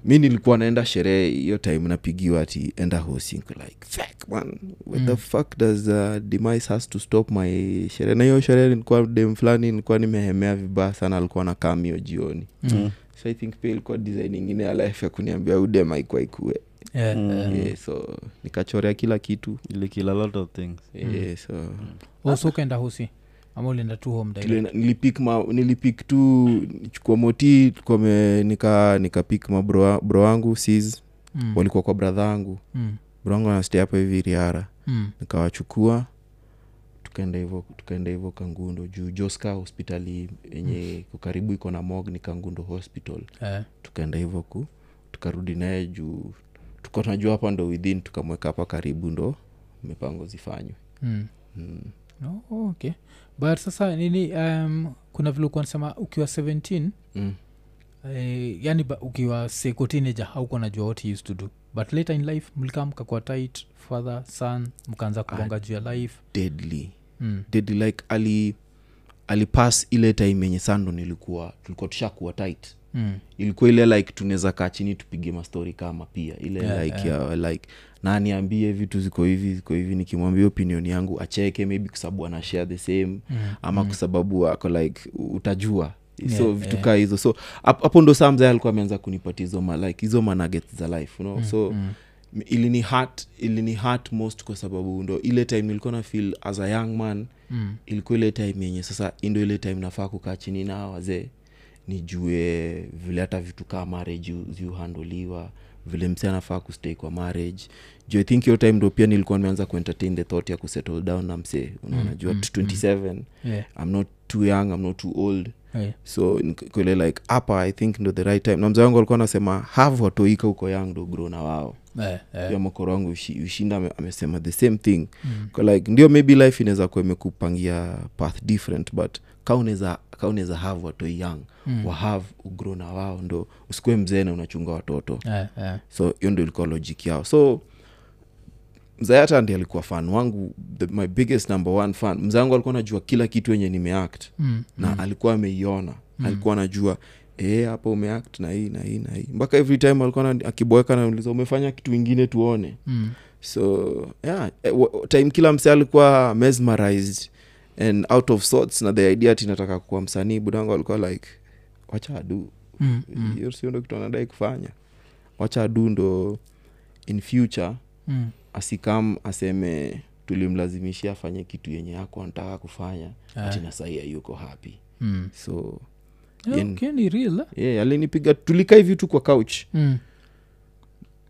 B: mi nilikuwa naenda sherehe hiyo time napigiwa ati enda hosi niko like fuck man where the fuck does uh, demise has to stop my sherehe na hiyo sherehe nilikuwa dem fulani nilikuwa nimehemea vibaya sana alikuwa na kamio jioni
A: Mm,
B: so i think pia ilikuwa design ingine ya life ya kuniambia udem aikua ikue
A: eh,
C: Mm.
A: eh.
B: yeah, so nikachorea kila kitu
C: Ili kill a lot of things
B: yeah, so
A: Oh, so ukaenda hosi ama ulienda tu home direct?
B: Tulienda- nilipik ma nilipik tu chukua moti tukome nika nikapik mabro wa- bro wangu sis
A: Mm,
B: walikuwa kwa bradha yangu
A: mm,
B: bro wangu anastea hapo hivi riara
A: mm,
B: nikawachukua tukaenda hivyo tukaenda hivyo kangundo juu joska hospitali yenye iko karibu iko na mog ni kangundo hospital
A: eh,
B: tukaenda hivyo ku tukarudi naye juu tuko tunajua hapa ndo within tukamweka hapa karibu ndo mipango zifanywe
A: mm.
B: mm.
A: No, okay but sasa nini um, kuna vile ukuwa nasema ukiwa 17
B: mm.
A: eh, yani ba- ukiwa seko teenager haukuwa najua what he used to do but later in life mlikaa mkakuwa tight father son mkaanza kuonga juu ya life
B: deadly
A: mm.
B: did like ali alipas ile time yenye sando nilikuwa tulikuwa tushakuwa tight
A: Mm.
B: ilikuwa ile like tunaweza kaa chini tupige mastori kama pia ile
A: Yeah,
B: yeah, like, yeah. Ya, like na niambie vitu ziko hivi ziko hivi nikimwambia opinion yangu acheke maybe kwa sababu ana share the same
A: Mm.
B: ama kwa sababu ako like utajua so
A: Yeah,
B: vitu kaa hizo so hap- hapo ndo saa mzee alikuwa ameanza kunipatia hizo ma, like hizo managet za life you know? so
A: mm.
B: m- ilini hurt ilini hurt most kwa sababu ndo ile time nilikuwa na feel as a young man
A: Mm.
B: ilikuwa ile time yenye sasa indo ile time nafaa kukaa chini na wazee nijue vile hata vitu kaa marriage hu- ziuhandoliwa vile msee anafaa kustay kwa marriage juu i think hiyo time ndo pia nilikuwa nimeanza kuentertain the thought ya kusettle down na msee unaona juu at 27
A: Yeah.
B: i'm not too young i'm not too old
A: Yeah.
B: so kule like hapa i think ndo the right time na mzee wangu alikuwa anasema have watoika huko young ndo grow na wao
A: Eh, eh.
B: pia mokoro wangu ushi- ushinda ame- amesema the same thing
A: Mm.
B: Kwa like ndio maybe life inaweza kuwa imekupangia path different but ka unaweza ka unaweza have watoi young mm. wahave ugro na wao ndo usikue mzee na unachunga watoto
A: Eh, eh.
B: so hiyo ndo ilikuwa logic yao so mzee hata ndi alikuwa fan wangu the, my biggest number one fan mzee wangu alikuwa anajua kila kitu yenye nimeact
A: Mm.
B: na mm. alikuwa ameiona mm. alikuwa anajua "Eh, hapa umeact na hii na hii na hii mpaka every time alikuwa ana- akiboeka nauliza umefanya kitu ingine tuone
A: Mm.
B: so yeah, eh, wa- time kila msee alikuwa mesmerized and out of sorts na the idea ati nataka kuwa msanii budango alikuwa like wacha adu
A: Mm.
B: hiyo sio ndo kitu anadai kufanya wacha adu ndo in future
A: Mm.
B: asikam aseme tulimlazimishia afanye kitu yenye yako anataka kufanya
A: Ah.
B: ati na sahii hayuko happy
A: Mm.
B: so
A: Yeah,
B: Yen-
A: okay, ni real eh?
B: yeah, alinipiga tulikaa hivi tu kwa couch
A: Mm.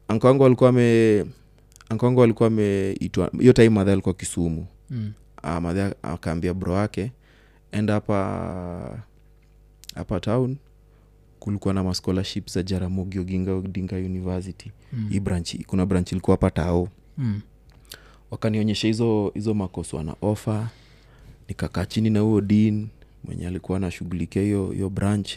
B: anka wangu alikuwa ame anka wangu alikuwa ameitwa hiyo time madha alikuwa kisumu
A: Mm.
B: Ah, madhe akaambia bro wake enda hapa hapa town kulikuwa na mascholarship za jaramogi oginga odinga university
A: Mm.
B: hii branch kuna branch ilikuwa hapa tao
A: Mm.
B: wakanionyesha hizo hizo makoso ana ofa nikakaa chini na huo din mwenye alikuwa anashughulikia hiyo hiyo branch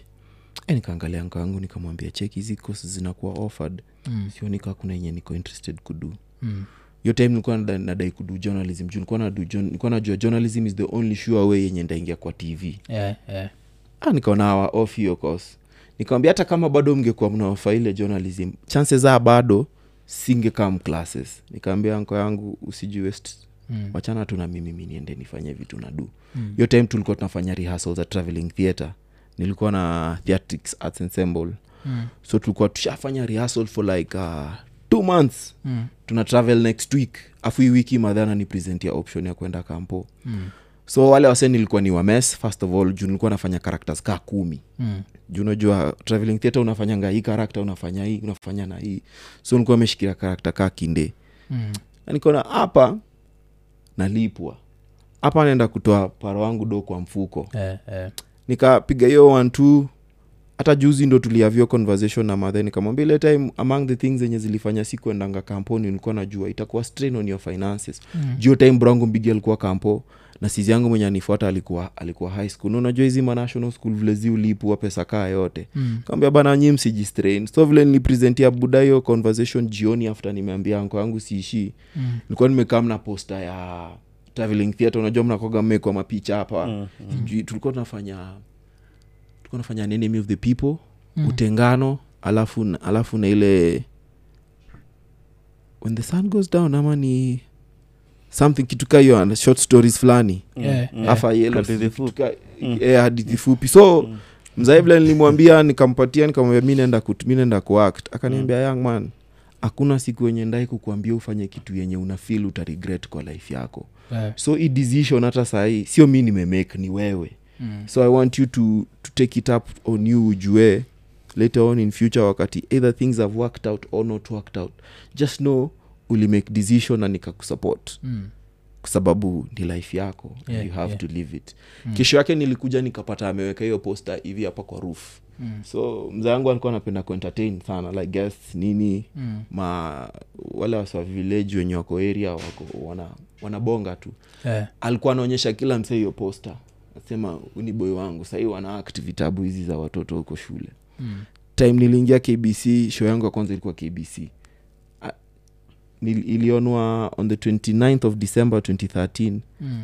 B: e, nikaangalia nkaangu nikamwambia cheki hizi kosi zinakuwa offered
A: Mm.
B: sioni kaa kuna yenye niko interested kudu
A: Mm.
B: hiyo time nilikuwa nada- nadai kudu journalism juu nilikuwa nadu jour- nilikuwa najua journalism is the only sure way yenye ndaingia kwa tv
A: Eh, eh.
B: ah, nikaona hawa off hiyo course nikawambia hata kama bado mngekuwa mnaofa ile journalism chanse za bado singekam classes nikaambia anko yangu usiji waste
A: Mm.
B: wachana tu na mimi mi niende nifanye vitu na du
A: Mm.
B: hiyo time tulikuwa tunafanya rehearsal za traveling theatre nilikuwa na theatrics arts ensemble
A: Mm.
B: so tulikuwa tushafanya rehearsal for like uh, two months
A: Mm.
B: tuna travel next week afu hii wiki madhana ni present ya option ya kwenda kampo
A: Mm.
B: so wale wase nilikuwa ni wames first of all juu nilikuwa nafanya characters kaa kumi
A: Mm.
B: juu unajua traveling theatre unafanyanga hii karakta unafanya hii unafanya na hii so nilikuwa ameshikilia karakta kaa kinde
A: Mm.
B: na nikaona hapa nalipwa hapa naenda kutoa paro wangu do kwa mfuko
A: Eh, eh.
B: nikapiga hiyo one two hata juzi ndo tuliavyo conversation na madhe nikamwambia ile time among the things zenye zilifanya si kuendanga kamponi nilikuwa najua itakuwa strain on your finances
A: Mm.
B: juu time brongo mbigi alikuwa kampo na sizi yangu mwenye anifuata alikuwa alikuwa high school Na unajua hizi manational school vile zi ulipwa pesa kaa yote
A: Mm.
B: kaambia bana nyi msijistrain so vile nilipresentia buda hiyo conversation jioni after nimeambia anko yangu siishii
A: Mm.
B: nilikuwa nimekaa mna posta ya traveling theatre unajua mnakoga mmekwa mapicha hapa
C: Mm,
B: sijui tulikuwa tunafanya tulikuwa tunafanya an enemy of the people
A: Mm.
B: utengano alafu na- alafu na ile when the sun goes down ama ni something kitu ka hiyo and short stories fulani
C: mm,
A: Yeah.
C: mm.
B: afa yellow
C: Hadithi
B: kitu
C: fupi.
B: ka-
C: Mm.
B: eh, hadithi fupi so
C: Mm.
B: mzae vile nilimwambia nikampatia nikamwambia mi naenda kut- mi naenda kuact akaniambia
C: Mm.
B: young man hakuna siku yenye ndai kukuambia ufanye kitu yenye una feel uta regret kwa life yako
A: Eh.
B: so hii decision hata sahii sio mi nimemake ni wewe
A: Mm.
B: so i want you to, to take it up on you ujue later on in future wakati either things have worked out or not worked out just know ulimake decision na nikakusupport
A: Mm.
B: kwa sababu ni life yako and
A: Yeah,
B: you have
A: yeah.
B: to live it
A: Mm.
B: kesho yake nilikuja nikapata ameweka hiyo posta hivi hapa kwa roof
A: Mm.
B: so mzee wangu alikuwa anapenda kuentertain sana like guess nini
A: Mm.
B: ma wale wasa village wenye wako area wako wana wanabonga tu
A: Eh.
B: alikuwa anaonyesha kila msee hiyo posta nasema ni boy wangu sahii wanaact vitabu hizi za watoto huko shule
A: Mm.
B: time niliingia kbc show yangu ya kwanza ilikuwa kbc A- nil- ilionwa on the 29th of december 2013
A: Mm.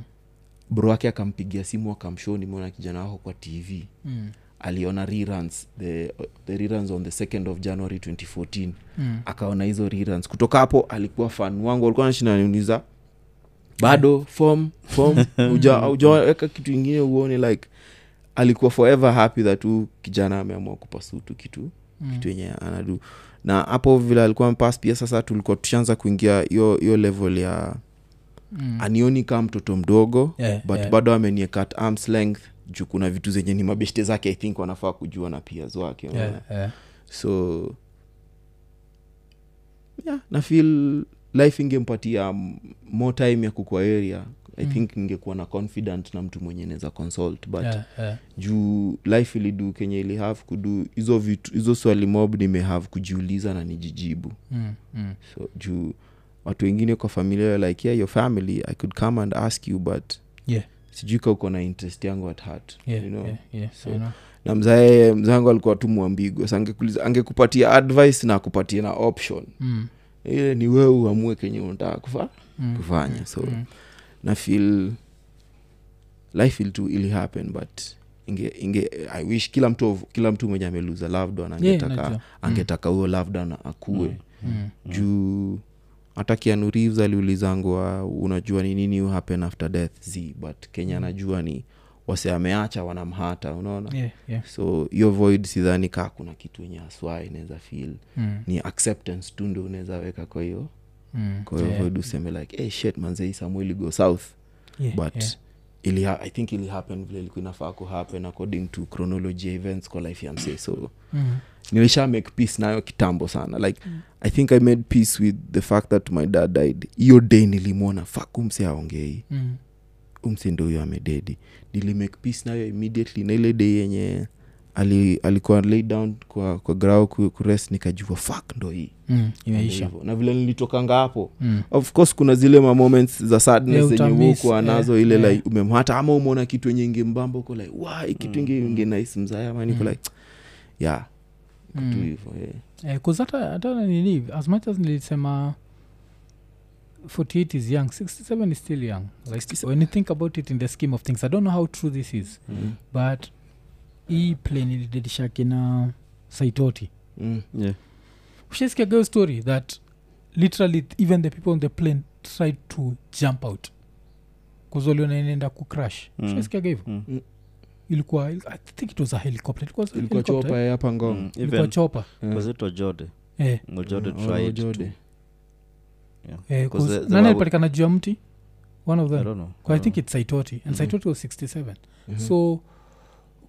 B: bro wake akampigia simu akamshow nimeona kijana wako kwa tv
A: Mm.
B: aliona reruns the, the reruns on the 2nd of january 2014
A: Mm.
B: akaona hizo reruns kutoka hapo alikuwa fan wangu alikuwa nashinaniuliza bado form form
A: [laughs]
B: uja- hujaweka kitu ingine uone like alikuwa forever happy that huu kijana ameamua kupasutu kitu
A: Mm.
B: kitu yenye anadu na hapo vile alikuwa mpas pia sasa tulikuwa tushaanza kuingia hiyo hiyo level ya
A: Mm.
B: anioni kaa mtoto mdogo
A: Yeah,
B: but
A: yeah.
B: bado amenieka at arms length juu kuna vitu zenye ni mabeshte zake i think wanafaa kujua na pias wake
A: Yeah,
B: unaona?
A: eh.
B: so yeah, na feel life ingempatia m- more time ya kukua area i
A: Mm.
B: think ningekuwa na confident na mtu mwenye naweza consult but
A: Yeah, eh.
B: juu life ilidu kenye ili have kudu hizo vitu hizo swali mob nimehave kujiuliza na nijijibu
A: Mm. Mm.
B: so juu watu wengine kwa familia were like yeah your family i could come and ask you but
A: Yeah.
B: sijui ka uko na interest yangu at heart
A: Yeah,
B: you know?
A: yeah, yeah,
B: So,
A: I know.
B: na mzae mzangu alikuwa tu mwambigo sa angekuuliza- angekupatia advice na akupatie na option
A: Mm.
B: ile ni wewe uamue kenye unataka kufa,
A: Mm.
B: kufanya so
A: Mm.
B: na feel life il tu ili happen but inge, inge i wish kila mtu of- kila mtu mwenye ameluza loved one
A: Yeah,
B: angetaka
A: najua.
B: angetaka huyo loved one akue
A: Mm.
B: juu hata Keanu Reeves aliulizangwa unajua ni nini will happen after death z but kenya
A: Mm.
B: anajua ni wase ameacha wanamhata unaona
A: Yeah, yeah.
B: so hiyo void sidhani kaa kuna kitu yenye aswa inaweza feel
A: Mm.
B: ni acceptance tu ndo unaweza weka kwa hiyo
A: Mm.
B: kwa hiyo
A: Yeah,
B: void useme like hey, shit manzei samuel go south
A: yeah,
B: but
A: yeah.
B: ili ha- i think ili happen vile ilikuwa inafaa kuhappen according to chronology ya events kwa life ya msee so
A: Mm.
B: nilisha make peace nayo kitambo sana like mm. i think i made peace with the fact that my dad died hiyo day nilimwona fak umse aongei
A: Mm.
B: umse ndo huyo amededi nilimake peace nayo immediately na ile day yenye ali, alikuwa laid down kwa, kwa grau ku- kurest nikajua fak ndo hii
A: Mm.
B: Ndo
A: imeisha
B: hivyo. na vile nilitokanga hapo
A: Mm.
B: of course kuna zile ma moments za sadness
A: Yeah,
B: zenye
A: utamiss,
B: hukuwa
A: eh,
B: nazo ile
A: eh.
B: like umemhata ama umeona kitu yenye ingembamba uko like wa kitu inge ingenais mzaya ama niko like yeah
A: Mm.
B: tu hivyo yeah.
A: Eh, 'cause hata hata nini as much as nilisema 48 is young 67 is still young like
B: 67.
A: when you think about it in the scheme of things i don't know how true this is
B: Mm.
A: but hii plane ilidedisha kina saitoti
B: Mm.
C: Yeah.
A: ushaisikia girl story that literally th- even the people on the plane tried to jump out kuzoliona inaenda kucrash
C: Mm.
A: ushaisikiaga hivo
C: Mm.
B: Mm.
A: ilikuwa i think it was a helicopter ilikuwa,
B: ilikuwa
A: helicopter,
B: chopa
A: eh?
B: ya hapa
C: Mm.
B: ngong
A: ilikuwa
C: Even
A: chopa
C: was it Ojode?
A: eh,
C: Ojode
B: Mm,
C: tried
B: Ojode.
C: to- yeah.
A: eh,
C: 'Cause
A: cause
C: the- the
A: nani
C: Wawa-
A: alipatikana juu ya mti one of
C: I
A: them
C: don't know. Mm.
A: I, I think it's saitoti and mm-hmm. saitoti was 67 mm-hmm. so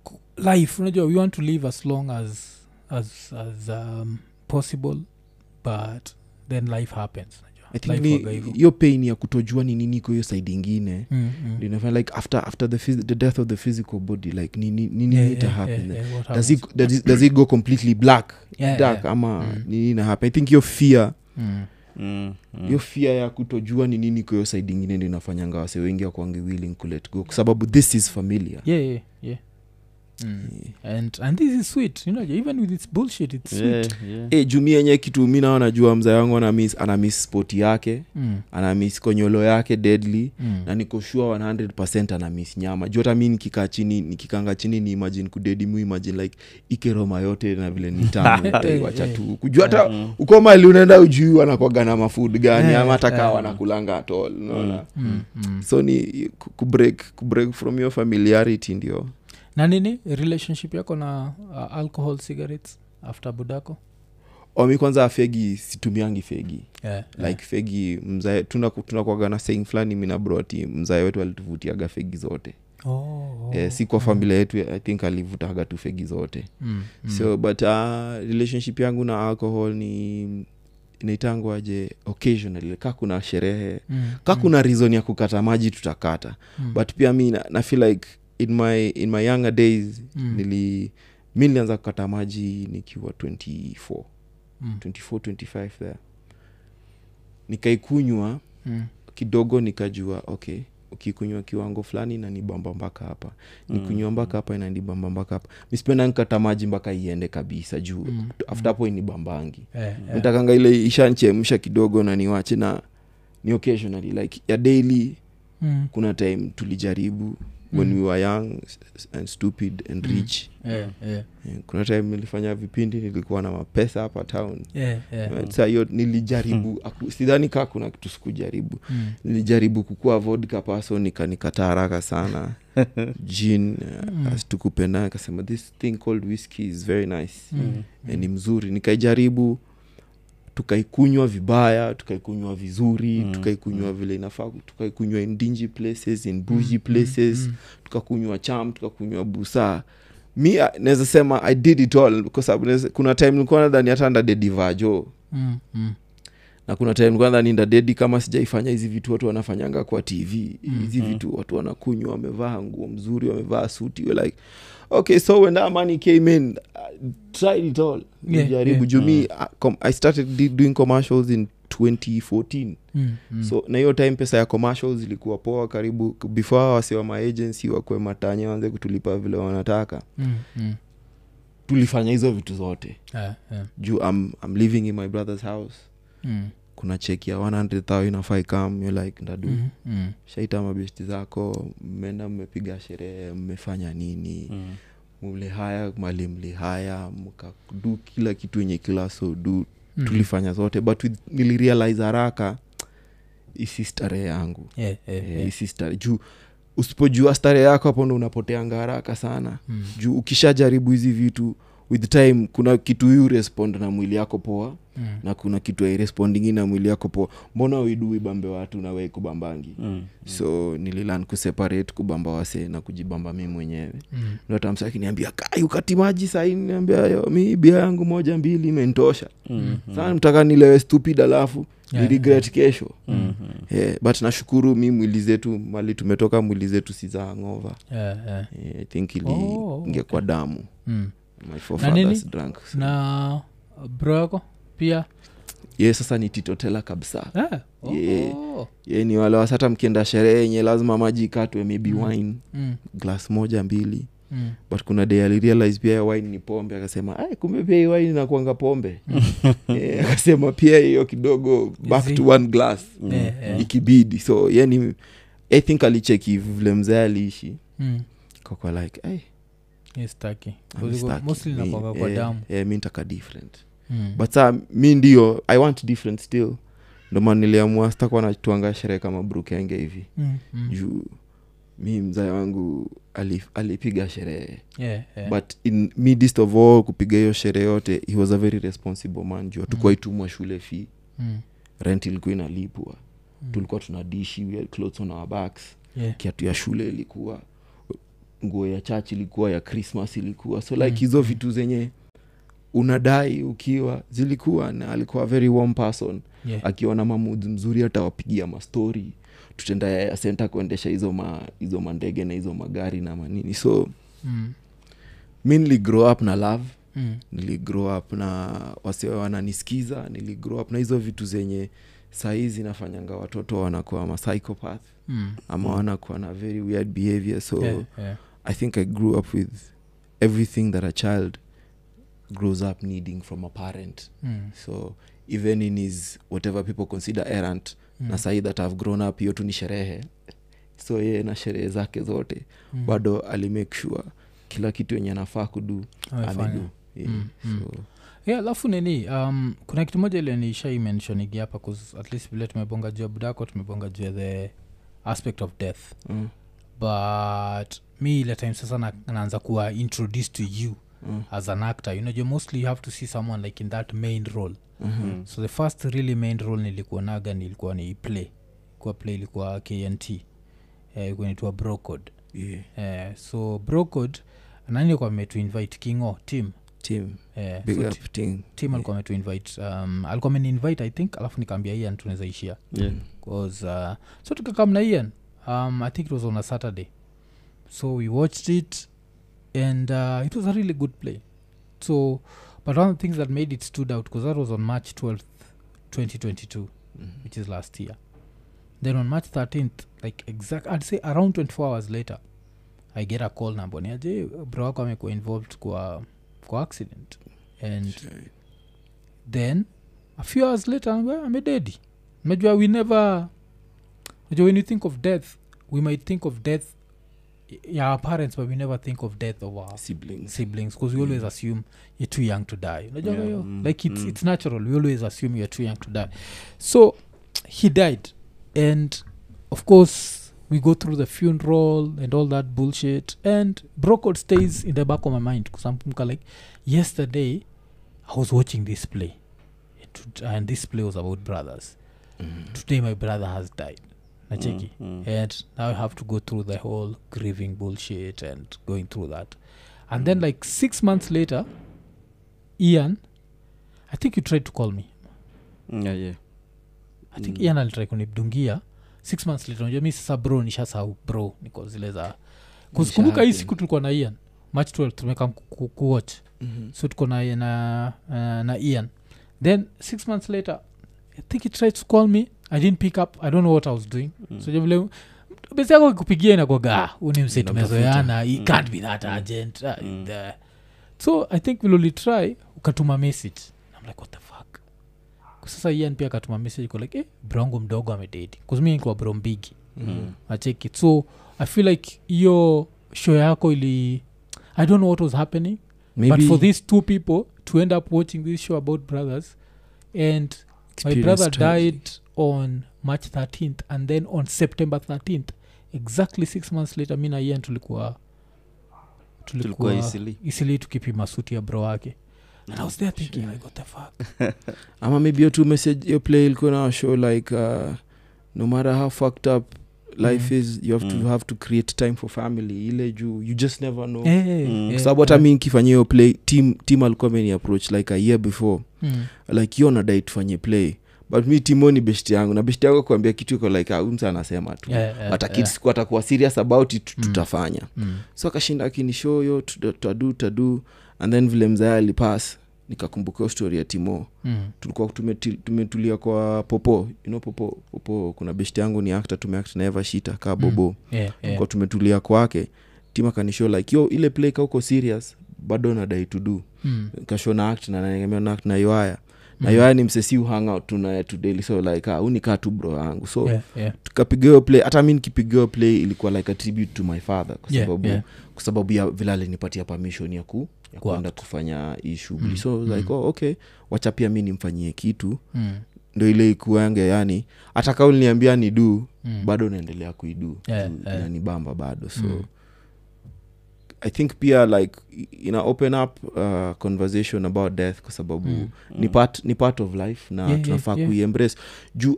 A: ku- life unajua we want to live as long as as as um, possible but then life happens unajua.
B: I think
A: Life
B: ni-
A: huwaga hivyo.
B: hiyo pain ya kutojua ni nini iko hiyo side ingine
A: Mm, mm.
B: Ndio inafanya like after after the, phys- the death of the physical body like nini nini
A: Yeah,
B: ita
A: yeah,
B: happen
A: yeah,
B: then?
A: yeah, what
B: does
A: happens?
B: it, does, it, does it go completely black
A: Yeah,
B: dark
A: yeah.
B: ama
A: Mm.
B: nini ina happen i think hiyo fear
A: Mm.
C: Mm, mm.
B: hiyo fear ya kutojua ni nini kwa hiyo side ingine ndio inafanyanga wase wengi akwange willing kulet go kwa sababu this is familiar
A: yeah yeah yeah Mm. and and this is sweet you know even with its bullshit it's sweet
C: Yeah, yeah.
B: e, jumi yenye kitu mi nao najua mzaa wangu ana miss, ana miss spoti yake
A: mm.
B: ana miss konyolo yake deadly
A: Mm.
B: na niko sure 100 ana miss nyama juu hata mi nikikaa chini nikikanga chini ni imagine kudedi mu imagine like ikeroma yote na
A: [laughs]
B: vile
A: Eh,
B: nitaiwacha tu kujua hata
C: Mm.
B: uko mali unaenda ujui wanakwaga na mafud gani
A: Yeah,
B: ama hata kaa
A: yeah.
B: wanakulanga atol unaona
A: Mm. Eh, Mm.
B: so ni ku- kubreak kubreak from your familiarity ndio
A: na nini relationship yako na uh, alcohol cigarettes after budako
B: omi Oh, kwanza fegi situmiangi fegi
A: yeah,
B: like fegi mzae tunakwaga na saying fulani minabroti mzae wetu alituvutiaga fegi zote
A: yeah. Oh, oh.
B: eh, si kwa familia yetu i think alivutaga tu fegi zote
A: mm. Mm.
B: so but uh, relationship yangu na alcohol ni inaitangwaje occasionally ka kuna sherehe
A: mm.
B: ka kuna reason ya kukata maji tutakata
A: Mm.
B: but pia mi na, na feel like in my, in my younger days
A: Mm.
B: nili mi nilianza kukata maji nikiwa 24
A: Mm.
B: 24 25 there nikaikunywa
A: Mm.
B: kidogo nikajua okay ukikunywa kiwango fulani nanibamba mpaka hapa
A: Mm,
B: nikunywa mpaka hapa inanibamba mpaka hapa misipenda nkata maji mpaka iende kabisa juu
A: Mm.
B: after hapo inibambangi
A: Eh, eh.
B: nitakanga ile ishanchemsha kidogo na niwache na ni occasionally like ya daily
A: Mm.
B: kuna time tulijaribu when we were young s- s- and stupid and
A: Mm.
B: rich
A: Eh, eh.
B: Eh, kuna time nilifanya vipindi nilikuwa na mapesa hapa town
A: Eh, eh.
B: Eh, saa hiyo nilijaribu aku- sidhani kaa kuna kitu sikujaribu
A: Mm.
B: nilijaribu kukua vodka paso nikanikata haraka sana jin
A: Mm.
B: asitukupenda akasema this thing called whiskey is very nice
A: Mm.
B: Eh, ni mzuri nikaijaribu tukaikunywa vibaya tukaikunywa vizuri
C: Mm,
B: tukaikunywa vile inafaa tukaikunywa in dingy places in bougie places
A: mm.
B: tukakunywa cham tukakunywa busaa mi ah, naweza sema i did it all kwa sababu naweza- kuna time nilikuwa nadhani hata ndadedivajo
A: Mm. Mm.
B: na kuna time nilikuwa nadhani ndadedi kama sijaifanya hizi vitu watu wanafanyanga kwa tv
A: Mm,
B: hizi vitu watu wanakunywa wamevaa nguo mzuri wamevaa suti you're like okay so when that money came in I tried it all
A: Yeah,
B: jaribu
A: yeah.
B: juu mi ah, com- i started di- doing commercials in 2014
A: Mm. Mm.
B: so na hiyo time pesa ya commercials ilikuwa poa karibu before wasi wa maagency wakwe matanya waanze kutulipa vile wanataka
A: Mm. Mm.
B: tulifanya hizo vitu zote
A: Eh, eh.
B: juu I'm, I'm living in my brother's house
A: Mm.
B: kuna cheki ya 100000 inafaa ikam you're like ndadu
A: Mm. Mm.
B: shaita mabesti zako mmeenda mmepiga sherehe mmefanya nini
C: Mm.
A: Mhm.
B: mlihaya mali mlihaya mkadu kila kitu yenye kila so du
A: Mm.
B: tulifanya zote but with, nilirealize haraka isi starehe yangu
A: Eh, eh,
B: yeah.
A: eh.
B: isi starehe juu usipojua starehe yako hapo ndo unapoteanga haraka sana
A: Mm.
B: juu ukishajaribu hizi vitu with time kuna kitu you respond na mwili yako poa
A: Mm.
B: na kuna kitu airespondingi na mwili yako poa mbona uidui bambe watu na wei kubambangi
C: Mm.
B: so nililan kuseparate kubamba wase na kujibamba mi mwenyewe
A: Mm.
B: notamsakiniambia kai ukati maji sahii niambia yo mi bia yangu moja mbili imentosha
A: Ừ.
C: Mm.
B: mm. sana mtaka nilewe stupid alafu
A: Yeah,
B: yeah, niregret kesho
A: Ừ.
C: Mm. Mm.
B: yeah, but nashukuru mi mwili zetu mali tumetoka mwili zetu si za ngova
A: Eh, eh.
B: yeah, i think ili
A: Oh,
B: ingekuwa damu
A: Mm.
B: my forefathers
A: nini?
B: drank so.
A: na uh, bro yako pia
B: yeah, sasa ni titotela kabisa
A: Eh, oh.
B: Yeah. ye ni wale wasa hata mkienda sherehe yenye lazima maji ikatwe maybe
A: Mm.
B: wine
A: Mm.
B: glass moja mbili
A: Mm.
B: but kuna day alirealize pia wine ni pombe akasema "Ai, kumbe pia hii wine inakuanga
A: [laughs]
B: pombe [laughs] Eh, akasema pia hiyo kidogo back
A: Easy.
B: to one glass
A: Eh, eh.
B: ikibidi so yani i think alicheki vile mzee aliishi
A: Mm.
B: kakwa like "Ai,
A: Yes, taki.
B: I'm
A: Kwa sababu
B: stuck.
A: mostly
B: Mi-
A: inakuwanga kwa
B: eh,
A: damu
B: eh, mi ntaka different
A: Mm.
B: but saa mi ndio i want different still ndomana niliamua sitakuwa natuanga sherehe kama brukenge hivi
A: Mm, mm.
B: juu mi mzae wangu alif- alipiga sherehe
A: Yeah, yeah.
B: but in midst of all kupiga hiyo sherehe yote he was a very responsible man juu hatukuwa itumwa shule fee
A: Mm.
B: rent ilikuwa inalipwa mm. tulikuwa tuna dishi we had clothes on our backs
A: Yeah.
B: kiatu ya shule ilikuwa nguo ya church ilikuwa ya christmas ilikuwa so like hizo vitu zenye unadai ukiwa zilikuwa na alikuwa a very warm person
A: Yeah.
B: akiona mamud mzuri atawapigia mastori tutenda ya senta kuendesha hizo ma hizo mandege na hizo magari na manini so
A: Mm.
B: mi niligrow up na love
A: Mm.
B: niligrow up na wasi wananisikiza niligrow up na hizo vitu zenye sahizi nafanyanga watoto wanakuwa mapsychopath
A: Mm.
B: ama wanakuwa na very weird behavior so
A: Yeah, yeah.
B: i think i grew up with everything that a child grows up needing from a parent
A: Mm.
B: so even in his whatever people consider errant
A: Mm.
B: na sahi that i've grown up hiyo tu ni sherehe so yeye na sherehe zake zote
A: Mm.
B: bado alimake sure kila kitu yenye anafaa kudu
A: Amefanya.
B: amedu yeah.
A: Mm, mm.
B: so,
A: yeah, alafu nini um, kuna kitu moja ile nishaimenshonigi hapa 'cause at least vile tumebonga juu ya budako tumebonga juu ya the aspect of death
B: mm,
A: but mi ile time sasa na, naanza kuwa introduced to you
B: mm,
A: as an actor you know, you mostly you have to see someone like in that main role
B: mhm,
C: Mm.
A: so the first really main role nilikuwa naga nilikuwa ni play kuwa play ilikuwa knt eh, ilikuwa inaitwa brocod
B: yeah.
A: eh, so brocod nani alikuwa ametuinvite kingo tim
B: Team,
A: eh,
B: big
A: so
B: up team.
A: tim alikuwa ametuinvite um, alikuwa ameniinvite i think alafu nikaambia ian tunaweza ishia
C: Yeah.
B: Mm.
A: bcause uh, so tukakam na ian um, i think it was on a saturday so we watched it and uh, it was a really good play so but one of the things that made it stood out because that was on march 12th 2022
B: Mhm.
A: which is last year then on march 13th like exact i'd say around 24 hours later i get a call namboniaje bro wako amekuwa involved kwa kwa accident and
B: Sorry.
A: then a few hours later anaambia, "Ah, amededi najua we never najua when you think of death we might think of death ya our parents but we never think of death of our
B: Siblings.
A: siblings because we always assume you're too young to die unajua
C: Mm. Yeah,
A: hiyo?
C: mm,
A: like it's,
C: mm.
A: it's natural we always assume you're too young to die so he died and of course we go through the funeral and all that bullshit and brocod stays in the back of my mind because i'm kinda like yesterday i was watching this play and, to- and this play was about brothers today my brother has died nacheki
C: Mm.
A: Mm-hmm. and now you have to go through the whole grieving bullshit and going through that and then like six months later ian i think you tried to call me
C: Mm, yeah, yeah.
A: i think
C: Mm.
A: ian alitrai kunidungia six months later unajua mi sasa bro nishasahau bro niko zile za kuzikumbuka hii
B: Nishahappen.
A: siku tulikuwa na ian march 12 tumeka kuwatch
B: Mhm.
A: so tuko na, na, uh, na ian then six months later i think he tried to call me i didn't pick up i don't know what i was doing
C: Mm. Ah,
A: so vile besi yako akikupigia inakwaga unimse
B: Unamtafuta.
A: tumezoeana he
C: Mm.
A: can't be that
C: Mm.
A: urgent uh,
C: Mm.
A: the- so i think viloli try ukatuma message I'm like what the fuck Kwa sasa ian pia akatuma message ko like eh, brongo mdogo amededi kuzumi nikuwa bro mbigi Mm.
B: Mhm.
A: acheki so i feel like hiyo show yako ili i don't know what was happening but
B: Maybe
A: for these two people to end up watching this show about brothers and my
B: experience
A: brother
B: tragedy.
A: died on march 13th and then on september 13th exactly six months later mi na ian tulikuwa
C: tulikuwa isili
A: isili tukipima suti ya bro wake and i was there thinking like what the fuck
B: ama maybe hiyo tu message hiyo play ilikuwa na show like uh, no matter how fucked up life
A: Mhm.
B: is you have to
C: Mhm.
B: have to create time for family ile juu you just never know
A: Eh, eh,
C: Mm.
A: eh,
B: kwa sababu hata
A: eh.
B: mi nkifanyia hiyo play team, team alikuwa ameni approach like a year before
A: Mm.
B: like hiyo nadai tufanye play but mi timo ni beshti yangu na beshti yangu kuambia kitu iko like ah, huyu msa anasema tu
A: Yeah, yeah,
B: hata
A: yeah.
B: kids kuwa atakuwa serious about it
A: Mm.
B: tutafanya
A: Mm.
B: so akashinda akinishow yo tuta- tutadu tutadu and then vile mzaya alipas nikakumbuka hiyo story ya timo
A: Mm.
B: tulikuwa tumeti- tumetulia kwa popo you know popo popo kuna beshti yangu ni akta tumeakta naeva shita kaa bobo
A: Mm. Yeah, yeah.
B: tulikuwa tumetulia kwake tim akanishow like yo ile play kauko serious bado nadai to do
A: Mm.
B: kasho na act na naegemea na act na yoaya na
A: Mm.
B: yoaya ni msesi hangout tunaye tudeli so like ah, huu ni kaa tu bro yangu so
A: Yeah, yeah.
B: tukapiga hiyo play hata mi nikipiga hiyo play ilikuwa like a tribute to my father kwa
A: Yeah,
B: sababu
A: yeah.
B: kwa sababu ya vile alinipatia permission ya ku ya kuenda kufanya hii shughuli
A: Mm,
B: so like
A: mm.
B: oh, okay wacha pia mi nimfanyie kitu
A: Mm.
B: ndo ile ikuange yani hata kaa uliniambia ni du
A: Mm.
B: bado unaendelea kuidu
A: Yeah,
B: Ju-
A: yeah.
B: inanibamba bado so
A: Mm.
B: i think pia like ina open up uh, conversation about death kwa sababu
A: Mm.
B: ni, part, ni part of life na
A: Yeah, yeah,
B: tunafaa
A: yeah.
B: kuiembrace juu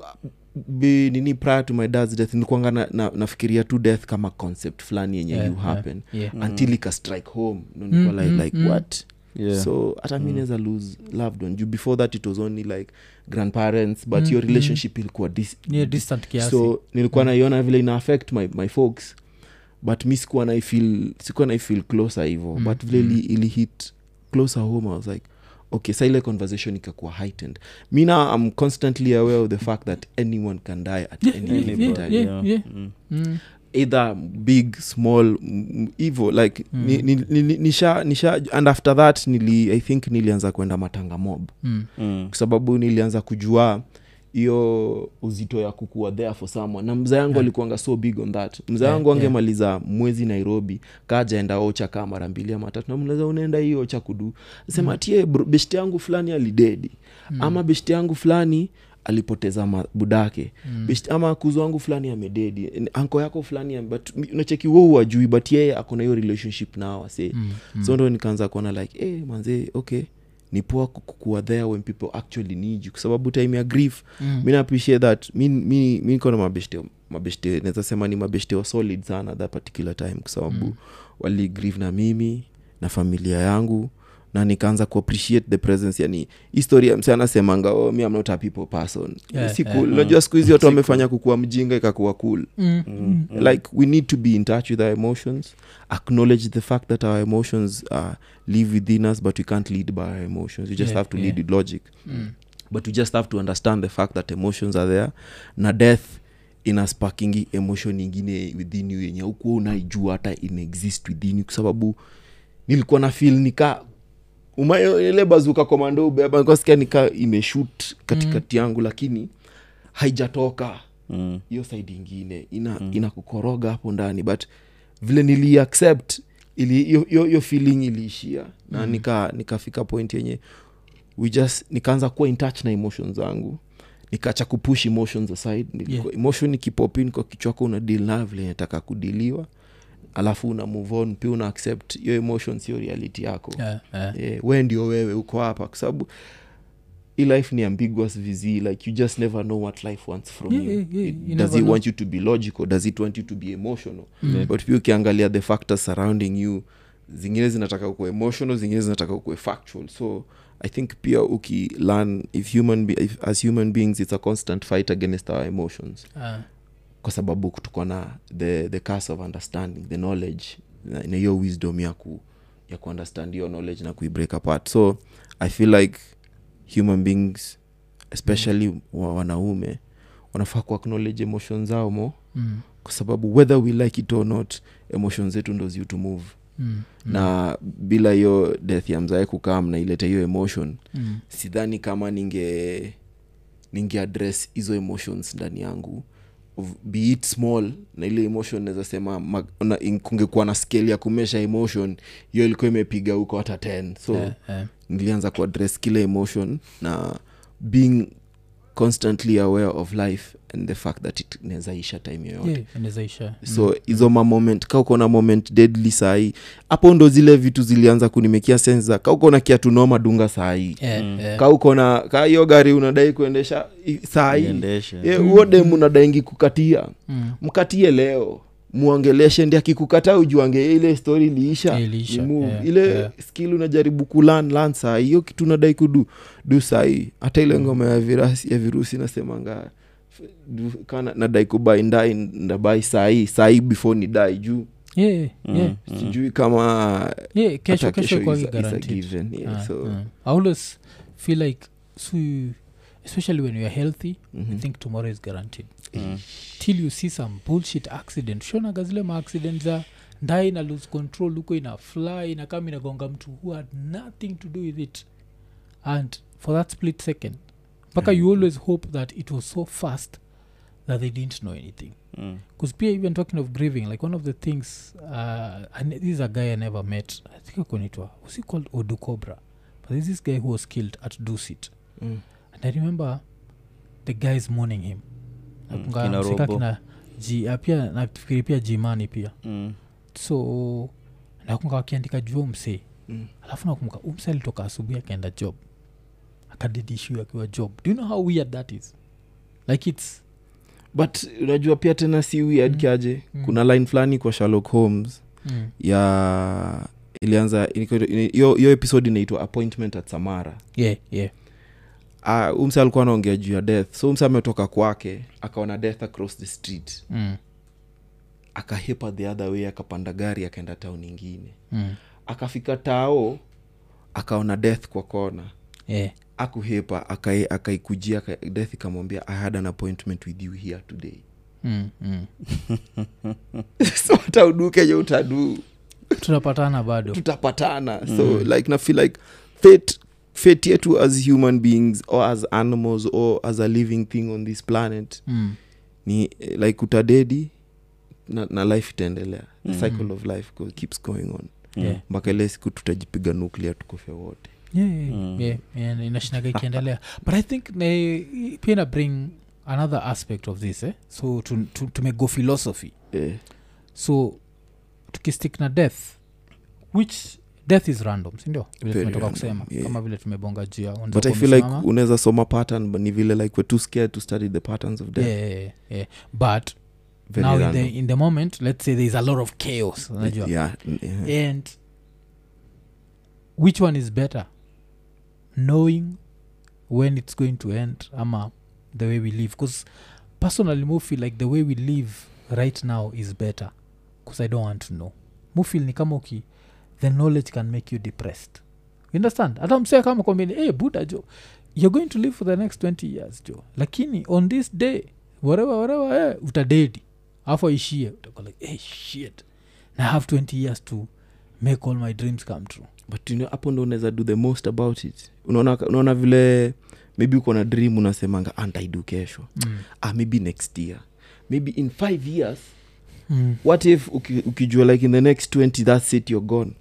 B: be, nini prior to my dad's death nilikuanga na, na, nafikiria tu death kama concept fulani yenye
A: Yeah,
B: you
A: yeah.
B: happen Mm.
A: yeah.
B: until ikastrike home nilikuwa
A: Mm,
B: like,
A: mm,
B: like
A: mm.
B: what
C: yeah.
B: so hata mi naweza lose loved one juu before that it was only like grandparents but your relationship ilikuwa dis-
A: Mm, Yeah, distant kiasi Mm.
B: so nilikuwa naiona vile ina affect my, my folks but mi sikuwa naifil sikuwa naifil closer hivo
A: Mm,
B: but vile
A: mm.
B: ili, ilihit closer home i was like okay sa ile conversation ikakuwa heightened mi now am constantly aware of the fact that anyone can die at
A: Yeah,
B: any
A: yeah,
B: given
A: yeah,
B: time
A: yeah.
C: Mm.
A: mm.
B: either big small hivo like
A: Mm.
B: ni, ni, ni, ni- nisha, nisha and after that nili i think nilianza kwenda matanga mob
A: Mm.
C: Mm.
B: kwa sababu nilianza kujua hiyo uzito ya kukuwa there for someone na mzee yangu
A: Yeah.
B: alikuanga so big on that mzee
A: Yeah,
B: yangu
A: yeah.
B: angemaliza
A: eh.
B: mwezi nairobi kajaenda ocha kaa mara mbili ama tatu namlaza unaenda hii ocha kudu sema tie bro, beshte yangu fulani alidedi
A: Mm.
B: ama beshte yangu fulani alipoteza ma- budake
A: Mm.
B: Beshte- ama kuzo wangu fulani amededi anko yako fulani ame- but m- unacheki wo huwajui but yeye akona hiyo relationship nao wasee
A: Mm. Mm.
B: so ndo nikaanza kuona like hey, manze okay ni poa ku- kukuwa there when people actually need you kwa sababu time ya grief
A: Mm.
B: mi na appreciate that mi mi- mi niko na mabeshte mabeshte naweza sema ni mabeshte wa solid sana that particular time kwa sababu
A: Mm.
B: wali grieve na mimi na familia yangu na nikaanza kuappreciate the presence yani historia msi anasemanga oh, mi am not a people person
A: Yeah,
B: si
A: yeah.
B: cool
C: Mm.
B: unajua siku hizi watu
C: Si
B: wamefanya kukuwa mjinga ikakuwa cool
A: Mm.
C: Mm.
A: Mm.
C: Mm.
B: like we need to be in touch with our emotions acknowledge the fact that our emotions uh, live within us but we can't lead by our emotions we just
A: Yeah,
B: have to
A: yeah.
B: lead with logic
A: Mm.
B: but we just have to understand the fact that emotions are there na death ina sparking emotion ingine within you yenye ukuwa unaijua hata ina exist within you kwa sababu nilikuwa na feel nika umayo ile bazuka komando ubeba nilikuwa sikia nika imeshut katikati yangu lakini haijatoka
C: Mm.
B: hiyo side ingine ina mm. inakukoroga hapo ndani but vile niliaccept ili hiyo- hiyo hiyo feeling iliishia na mm. nika nikafika point yenye we just nikaanza kuwa in touch na emotions zangu nikaacha kupush emotions aside Nilikuwa-
A: Yeah.
B: emotion ikipopin kwa kichwa chako una deal na vile nataka kudiliwa alafu una move on pia una accept hiyo emotion sio reality yako
A: Yeah, yeah.
B: yeah, we ndio Eh, wewe uko hapa kwa sababu hii life ni ambiguous vizi like you just never know what life wants from
A: Yeah,
B: you,
A: yeah, yeah,
B: It-
A: you
B: does
A: never
B: it
A: know.
B: want you to be logical does it want you to be emotional
A: Mm.
B: but pia ukiangalia the factors surrounding you zingine zinataka ukue emotional zingine zinataka ukue factual so i think pia uki learn if human be, if, as human beings it's a constant fight against our emotions
A: Ah.
B: kwa sababu tuko na the, the curse of understanding the knowledge na na hiyo wisdom ya ku ya kuunderstand hiyo knowledge na kuibreak apart so i feel like human beings especially wa wanaume wanafaa ku acknowledge emotions zao mo
A: Mm.
B: kwa sababu whether we like it or not emotions zetu ndo ziu to move
A: Mm. Mm.
B: na bila hiyo death ya mzae kukaa mnaileta hiyo emotion
A: Mm.
B: sidhani kama ninge ninge address hizo emotions ndani yangu Of- be it small na ile emotion naweza sema ma- na- in- kungekuwa na scale ya kumesha emotion hiyo ilikuwa imepiga huko hata 10 so
A: Yeah, yeah.
B: nilianza kuaddress kila emotion na being constantly aware of life and the fact that it inaweza isha time yoyote
A: Yeah, inaweza isha. Mm.
B: so hizo mamoment ka uko na moment deadly sahii hapo ndo zile vitu zilianza kunimekia sensa ka uko na kiatu noma dunga sahii
A: Yeah, yeah.
B: ka uko na ka hiyo gari unadai kuendesha i- saa hii
C: Niendeshe.
B: Eh, huo dem unadaingi kukatia
A: Mm.
B: mkatie leo muongeleshe ndi akikukataa ujuange ile stori iliisha
A: Iliisha,
B: ni move.
A: yeah,
B: ile
A: yeah.
B: skill unajaribu kulan lan saa hii, hiyo kitu unadai kudu du saa hii hata ile ngoma ya virusi, ya virusi nasemanga f- du- kana nadai kubai ndai ndabai saa hii saa hii before ni dai juu
A: Yeah, yeah,
C: Ừ.
A: yeah.
B: sijui kama
A: Yeah, Mm. kesho
B: Mm.
A: kesho
B: hata kesho is-
A: kwagi
B: is a
A: guaranteed
B: given yeah,
A: Ah,
B: so
A: ah. i always feel like so you- especially when youare healthy mm. i
B: mhm.
A: think tomorrow is guaranteed
C: Mm.
A: till you see some bullshit accident shonaga zile maaccident za ndai na lose control huko ina fly na kama inagonga mtu who had nothing to do with it and for that split second mpaka
B: Mm.
A: you always hope that it was so fast that they didn't know anything
C: Mm.
A: because pia even talking of grieving like one of the things uh, and this is a guy i never met i think akonitwa was he called odukobra but there's this guy who was killed at dusit
B: Mm.
A: and i remember the guys mourning him
C: Mm,
A: Nakumbuka
C: kina
A: msika
C: Robo.
A: kina G- ah, pia nafikiri pia jimani pia
C: Mm.
A: so nakumbuka wakiandika juu msee
B: Mm.
A: alafu nakumbuka umse alitoka asubuhi akaenda job akadidishu akiwa job do you know how weird that is like its
B: but unajua pia tena si weird
A: Mm.
B: kiaje
A: Mm.
B: kuna line fulani kwa sherlock holmes
A: Mm.
B: ya ilianza ilikuwa- ini- hiyo hiyo episode inaitwa appointment at samara
A: yeah, yeah.
B: Ah, huyu mse alikuwa anaongea juu ya death so huyu mse ametoka kwake akaona death across the street
A: Mm.
B: akahepa the other way akapanda gari akaenda town ingine
A: Mm.
B: akafika tao akaona death kwa kona
A: Yeah.
B: akuhepa akae- akaikujia aka death ikamwambia i had an appointment with you here today [laughs]
A: Mm. Mm.
B: so hata udu kenye utadu
A: [laughs] tunapatana bado
B: tutapatana so
A: Hmm.
B: like na feel like fate fate yetu as human beings or as animals or as a living thing on this planet
A: mm.
B: ni eh, like utadedi na, na life itaendelea the
A: Hmm.
B: cycle of life go, keeps going on
A: yeah.
B: mpaka ile siku tutajipiga nuklia tukofya wote
A: Yeah, yeah,
C: Mm.
A: yeah, yeah, inashinaga ikiendelea but i think na- pia ina bring another aspect of this eh? so tu, tu, tumego philosophy
B: eh,
A: so tukistick na death which death is random sindio vile
B: Very
A: tumetoka
B: random,
A: kusema
B: yeah.
A: kama vile tumebonga jia
B: but i feel like unaweza soma pattern but ni vile like we're too scared to study the patterns of death
A: yeah, yeah, yeah, yeah. but
B: Very
A: now in
B: random.
A: the, in the moment let's say there is a lot of chaos unajua
B: yeah, n- eh, yeah.
A: and which one is better knowing when it's going to end ama the way we live because personally mofeel like the way we live right now is better because i don't want to know mofeel ni kama uki the knowledge can make you depressed you understand hata msee kama kwambini hey, buda jo "Eh, you're going to live for the next 20 years jo lakini on this day whatever whatever eh, utadedi afu aishie utakuwa like hey, shit na I have 20 years to make all my dreams come true
B: but you know, hapo ndo unaweza do the most about it unaona, unaona vile maybe uko na dream unasemanga "Ah, nitaidu kesho
A: mm.
B: ah, maybe next year maybe in five years
A: Mm.
B: what if uki- ukijua like in the next 20 that's it you're gone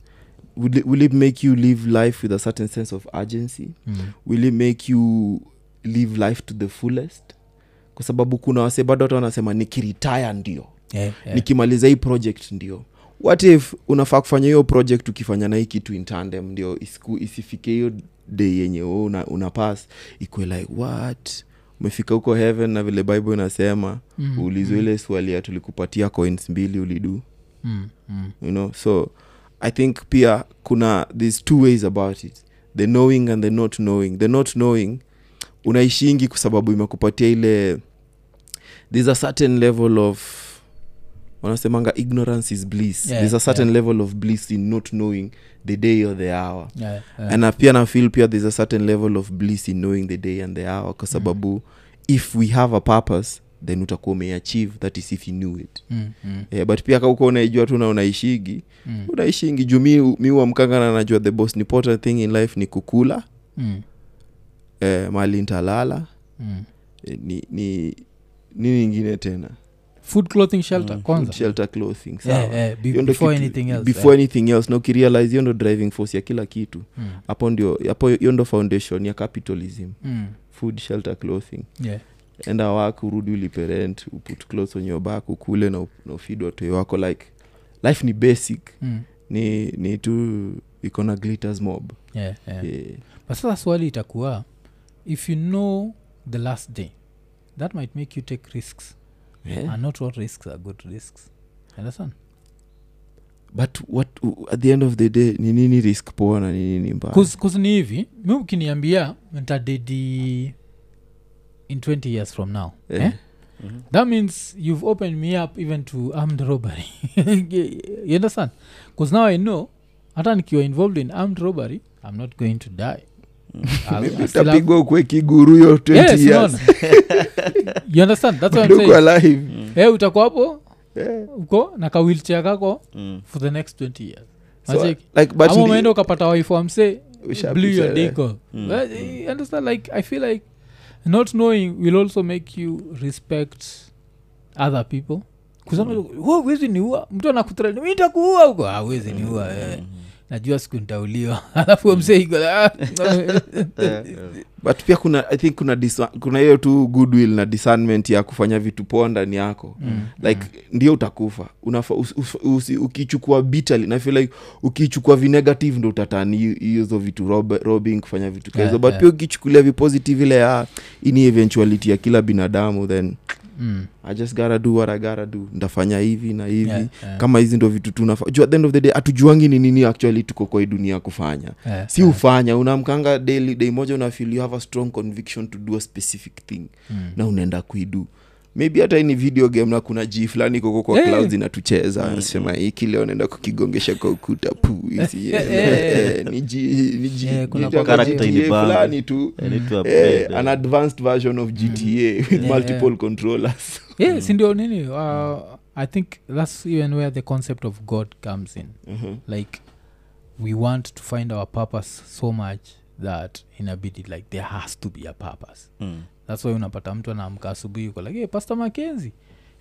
B: will it, will it make you live life with a certain sense of urgency
A: Mm.
B: will it make you live life to the fullest kwa sababu kuna wase bado hata wanasema nikiritaya ndio
A: Yeah, yeah.
B: nikimaliza hii project ndio what if unafaa kufanya hiyo project ukifanya na hii kitu in tandem ndio isiku- isifike hiyo day yenye wewe una, una pass ikue like what umefika huko heaven na vile bible inasema
A: Mm,
B: uulizwe ile swali ya tulikupatia coins mbili ulidu
A: mm, mm.
B: you know so i think pia kuna there's two ways about it the knowing and the not knowing the not knowing unaishingi kwa sababu imekupatia ile there's a certain level of wanasemanga ignorance is bliss
A: Yeah,
B: there's a certain
A: yeah.
B: level of bliss in not knowing the day or the hour
A: Yeah, yeah.
B: and I pia na feel pia there's a certain level of bliss in knowing the day and the hour
A: Mm.
B: kwa sababu if we have a purpose then utakuwa umeachieve that is if you knew it
A: Mm, mm,
B: yeah, but pia kauko unaijua tu na unaishigi
A: mm,
B: unaishingi juu mi- mi uamkanga na najua the most important thing in life ni kukula
A: mm,
B: eh, mali ntalala
A: mm.
B: eh, ni, ni nini ingine tena
A: food clothing shelter
C: Mm.
A: kwanza
B: shelter clothing sawa
A: yeah, yeah, be,
B: Hiyo ndo
A: before
B: kitu-
A: anything else
B: before
A: yeah.
B: anything else na ukirealize hiyo ndo driving force ya kila kitu
A: mm.
B: hapo ndio hapo hiyo ndo foundation ya capitalism
A: Mm.
B: food shelter clothing
A: Yeah.
B: enda wako urudi uliperent uput clothes on your back ukule na, up- na ufid watoe wako like life ni basic
A: Mm.
B: ni ni tu iko na glitters mob
A: Yeah, yeah.
B: yeah.
A: but sasa swali itakuwa if you know the last day that might make you take risks
B: Yeah.
A: and not all risks are good risks understand
B: but what uh, at the end of the day ni nini risk poa na ni nini mbaya
A: kusini hivi mi ukiniambia ntadedi in 20 years from now
B: Eh.
A: eh? that means you've opened me up even to armed robbery [laughs] you understand because now i know hata nikiwa involved in armed robbery i'm not going to die I'll-
B: Mm. Maybe
A: I still have-
B: utapigwa ukwe kiguru hiyo 20
A: Yes,
B: years
A: unaona? [laughs] you understand that's what I'm
B: Bado uko
A: saying
B: alive
A: Eh, utakuwa hapo
B: Eh.
A: uko na kawilchea kako
C: Mm.
A: for the next 20 years
B: So,
A: Magic.
B: like but
A: ama
B: ni-
A: umeenda ukapata waifwa msee
B: Ushapicha,
A: blew your
B: eh.
A: dick off.
C: Mm.
A: Well, eh, you understand like i feel like not knowing will also make you respect other people
B: Hmm.
A: wezi niua mtu anakutreni mi ntakuua huko "Ah, huwezi
B: Hmm.
A: niua
C: Ừ.
A: eh. najua siku ntauliwa [laughs] alafu mseigoa "Ah."
B: [laughs]
C: Ờ.
B: but pia kuna i think kuna diswa- kuna hiyo tu goodwill na discernment ya kufanya vitu poa ndani yako
A: Mm,
B: like ndio utakufa Unafa, us, us, usi- ukichukua bitterly na feel like ukichukua vinegative ndo utatani hi- hizo vitu rob, robbing kufanya vitu kahizo
A: Yeah,
B: but
A: yeah.
B: pia ukichukulia vipositive ile ya ini eventuality ya kila binadamu then
A: mm.
B: i just gotta do what i gotta do ndafanya hivi na hivi
A: Yeah, yeah.
B: kama hizi ndo vitu tunafa juu at the end of the day hatujuangi ni nini actually tuko kwa hii dunia kufanya
A: Eh,
B: si
A: eh,
B: ufanya unaamkanga daily day moja una feel you have a strong conviction to do a specific thing
A: mm.
B: na unaenda kuidu maybe hata hii ni video game na kuna ji fulani koko kwa
A: Eh.
B: hey. clouds inatucheza nasema hiki leo naenda kukigongesha kwa ukuta puu hizi
A: Eh, eh,
B: eh, ni ji- ni ji-
A: Eh, kuna
B: jita-
C: kwa
B: GTA
C: character
B: fulani tu
C: I need to
B: eh,
C: upgrade,
B: an advanced version of gta with
A: Yeah.
B: multiple controllers
A: yeah, sindio Eh, nini uh, i think that's even where the concept of god comes in like we want to find our purpose so much that inabidi like there has to be a purpose
C: Mm.
A: thats why unapata mtu anaamka asubuhi yuko like hey, pastor makenzi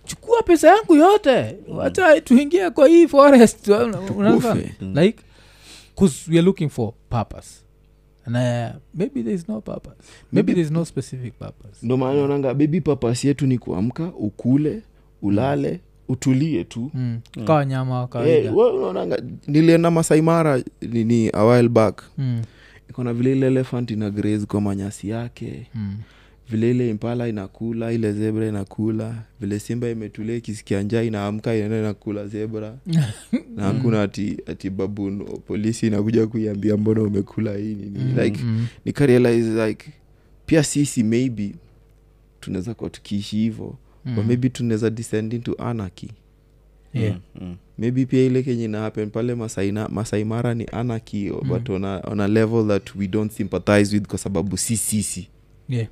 A: chukua pesa yangu yote
B: Mm.
A: wacha tuingie kwa hii forest Una- unafahamu?
B: Ufe.
C: Mm.
A: like bcause weare looking for purpose and uh, maybe there is no purpose maybe
B: Maybe-
A: there is no specific purpose
B: ndo maana onanga bebi papas yetu ni kuamka ukule ulale utulie tu
A: mm. kawa nyama wa kawaida
B: Eh, we unaonanga nilienda masaimara nini a while back
A: mm.
B: ikona vile ile elephant ina graze kwa manyasi yake
A: Mm.
B: vile ile impala inakula ile zebra inakula vile simba imetulia ikisikia njaa inaamka inaenda inakula zebra na
A: Mm.
B: hakuna ati, ati babun polisi inakuja kuiambia mbona umekula hii nini
A: Mm,
B: like
A: mm.
B: nikarealize like pia sisi maybe tunaweza kuwa tukiishi hivo mm. but
A: Mm.
B: maybe tunaweza descend into anarchy
A: Yeah.
C: Mm.
B: maybe pia ile kenye ina happen pale masaina, masaimara ni anarchy mm. but on a, on a level that we don't sympathize with kwa sababu si sisi
A: Yeah.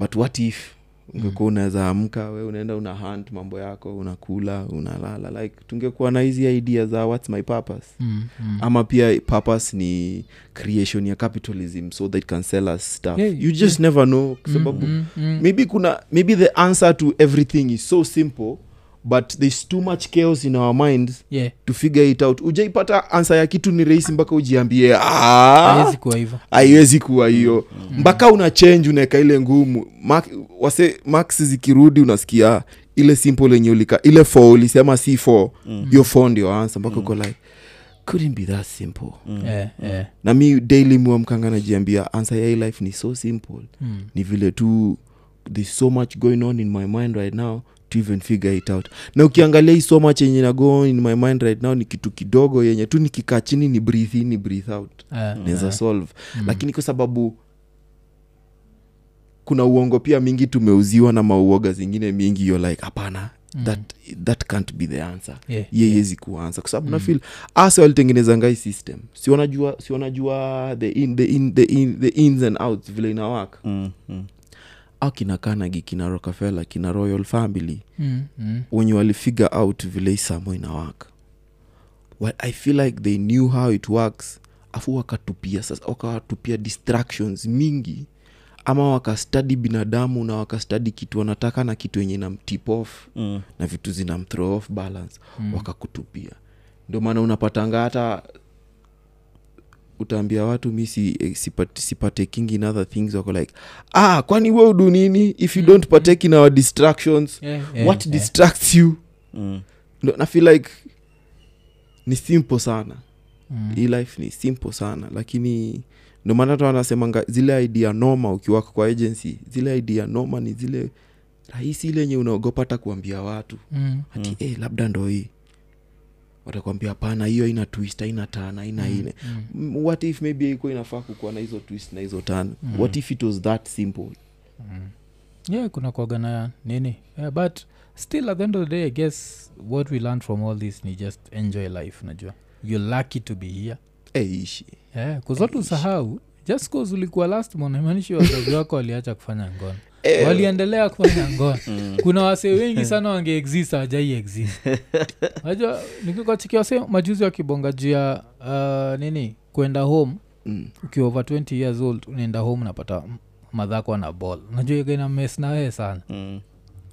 B: but what if ungekuwa
A: Mm.
B: unaweza amka we unaenda una hunt mambo yako unakula unalala like tungekuwa na hizi idea za whats my purpose
A: Mm, mm.
B: ama pia purpose ni creation ya capitalism so that it can sell us stuff
A: Yeah,
B: you just never know kwa
A: Mm,
B: sababu
A: mm, mm.
B: maybe kuna maybe the answer to everything is so simple but there's too much chaos in our minds
A: Yeah.
B: to figure it out ujaipata ansa ya kitu ni rahisi mpaka ujiambie ah,
A: haiwezi kuwa Mm, hivo
B: haiwezi kuwa hiyo mpaka una change unaeka ile ngumu Mark- wase max zikirudi unasikia ile simple yenye ulika ile fo ulisema si fo
A: Mm.
B: hiyo fo ndio ansa mpaka uko like couldn't be that simple
A: Eh, eh.
B: na mi daily muamkanga najiambia ansa ya hii life ni so simple
A: Mm.
B: ni vile tu there's so much going on in my mind right now to even figure it out na ukiangalia hii so much yenye na go on in my mind right now ni kitu kidogo yenye tu nikikaa chini ni breathe in ni breathe out
A: Eh,
B: naweza
A: eh.
B: solve lakini kwa sababu kuna uongo pia mingi tumeuziwa na mauoga zingine mingi yo like hapana mm. that, that can't be the answer
A: Yeah.
B: ye yezi kuanza kwa sababu mm. nafil ase walitengeneza ngai system si wanajua, si wanajua the, in, the, in, the, in, the ins and outs vile inawaka
C: Mm. Mm.
B: au kina kanagi kina rockefeller kina royal family
A: Mm, mm.
B: wenye walifigure out vile isamo inawaka well, i feel like they knew how it works afu wakatupia sasa wakawatupia distractions mingi ama wakastadi binadamu na wakastadi kitu wanataka na kitu yenye na mtip off
C: Mm.
B: na vitu zina mthrow off balance mm. wakakutupia ndio maana unapatanga hata utaambia watu mi si, eh, sipat- sipataking in other things wako like ah kwani we udu nini if you don't partake in our distractions
A: Yeah, yeah,
B: what
A: yeah.
B: distracts you
C: Mm.
B: Ndo- na feel like ni simple sana
A: Mm.
B: hii life ni simple sana lakini ndio maana hata wanasemanga zile idea noma ukiwaka kwa agency zile idea noma ni zile rahisi ile yenye unaogopa hata kuambia watu
A: Mm.
B: ati mm. eh, labda ndo hii watakwambia hapana hiyo ina twist aina tana aina ine
A: Mm.
B: mm. what if maybe iko inafaa kukuwa na hizo twist na hizo tana
A: Mm.
B: mm. what if it was that simple
A: yeah kuna kuaga na nini yeah, but still at the end of the day i guess what we learn from all this ni just enjoy life najua you're lucky to be here
B: eh, ishi
A: yeah, kuzatu sahau just cause ulikuwa last month [laughs] haimaanishi wazazi wako waliacha kufanya ngono
B: Eh. Mm.
A: waliendelea kufanya
B: [laughs]
A: ngono kuna wasee wengi sana wange exist hawajai exist najua nikikachikia wasee majuzi wakibonga juu ya uh, nini kwenda home
B: mm.
A: ukiwa over 20 years old unaenda home unapata m- madhako ana ball najua gaina mes na wewe sana
C: Mm.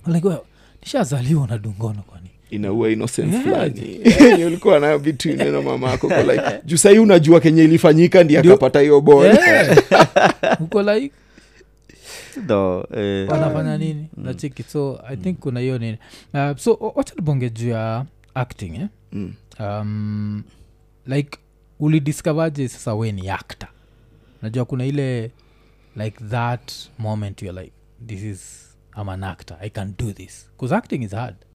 A: like, wewe, nishazaliwa unadungono kwani
B: inaua innocence
A: Yeah.
B: fulani [laughs] Yenye ulikuwa nayo between wewe na mama yako uko like juu sahii unajua kenye ilifanyika ndi
A: Ndio.
B: akapata hiyo boy [laughs]
A: Yeah. Eh! uko like
C: No, eh.
A: wanafanya nini
B: Mm.
A: nachiki so i think kuna hiyo nini uh, so o- wacha tubonge juu ya acting eh?
B: mm.
A: um, like ulidiscoverje sasa we ni actor najua kuna ile like that moment youare like this is i'm an actor i can do this because acting is hard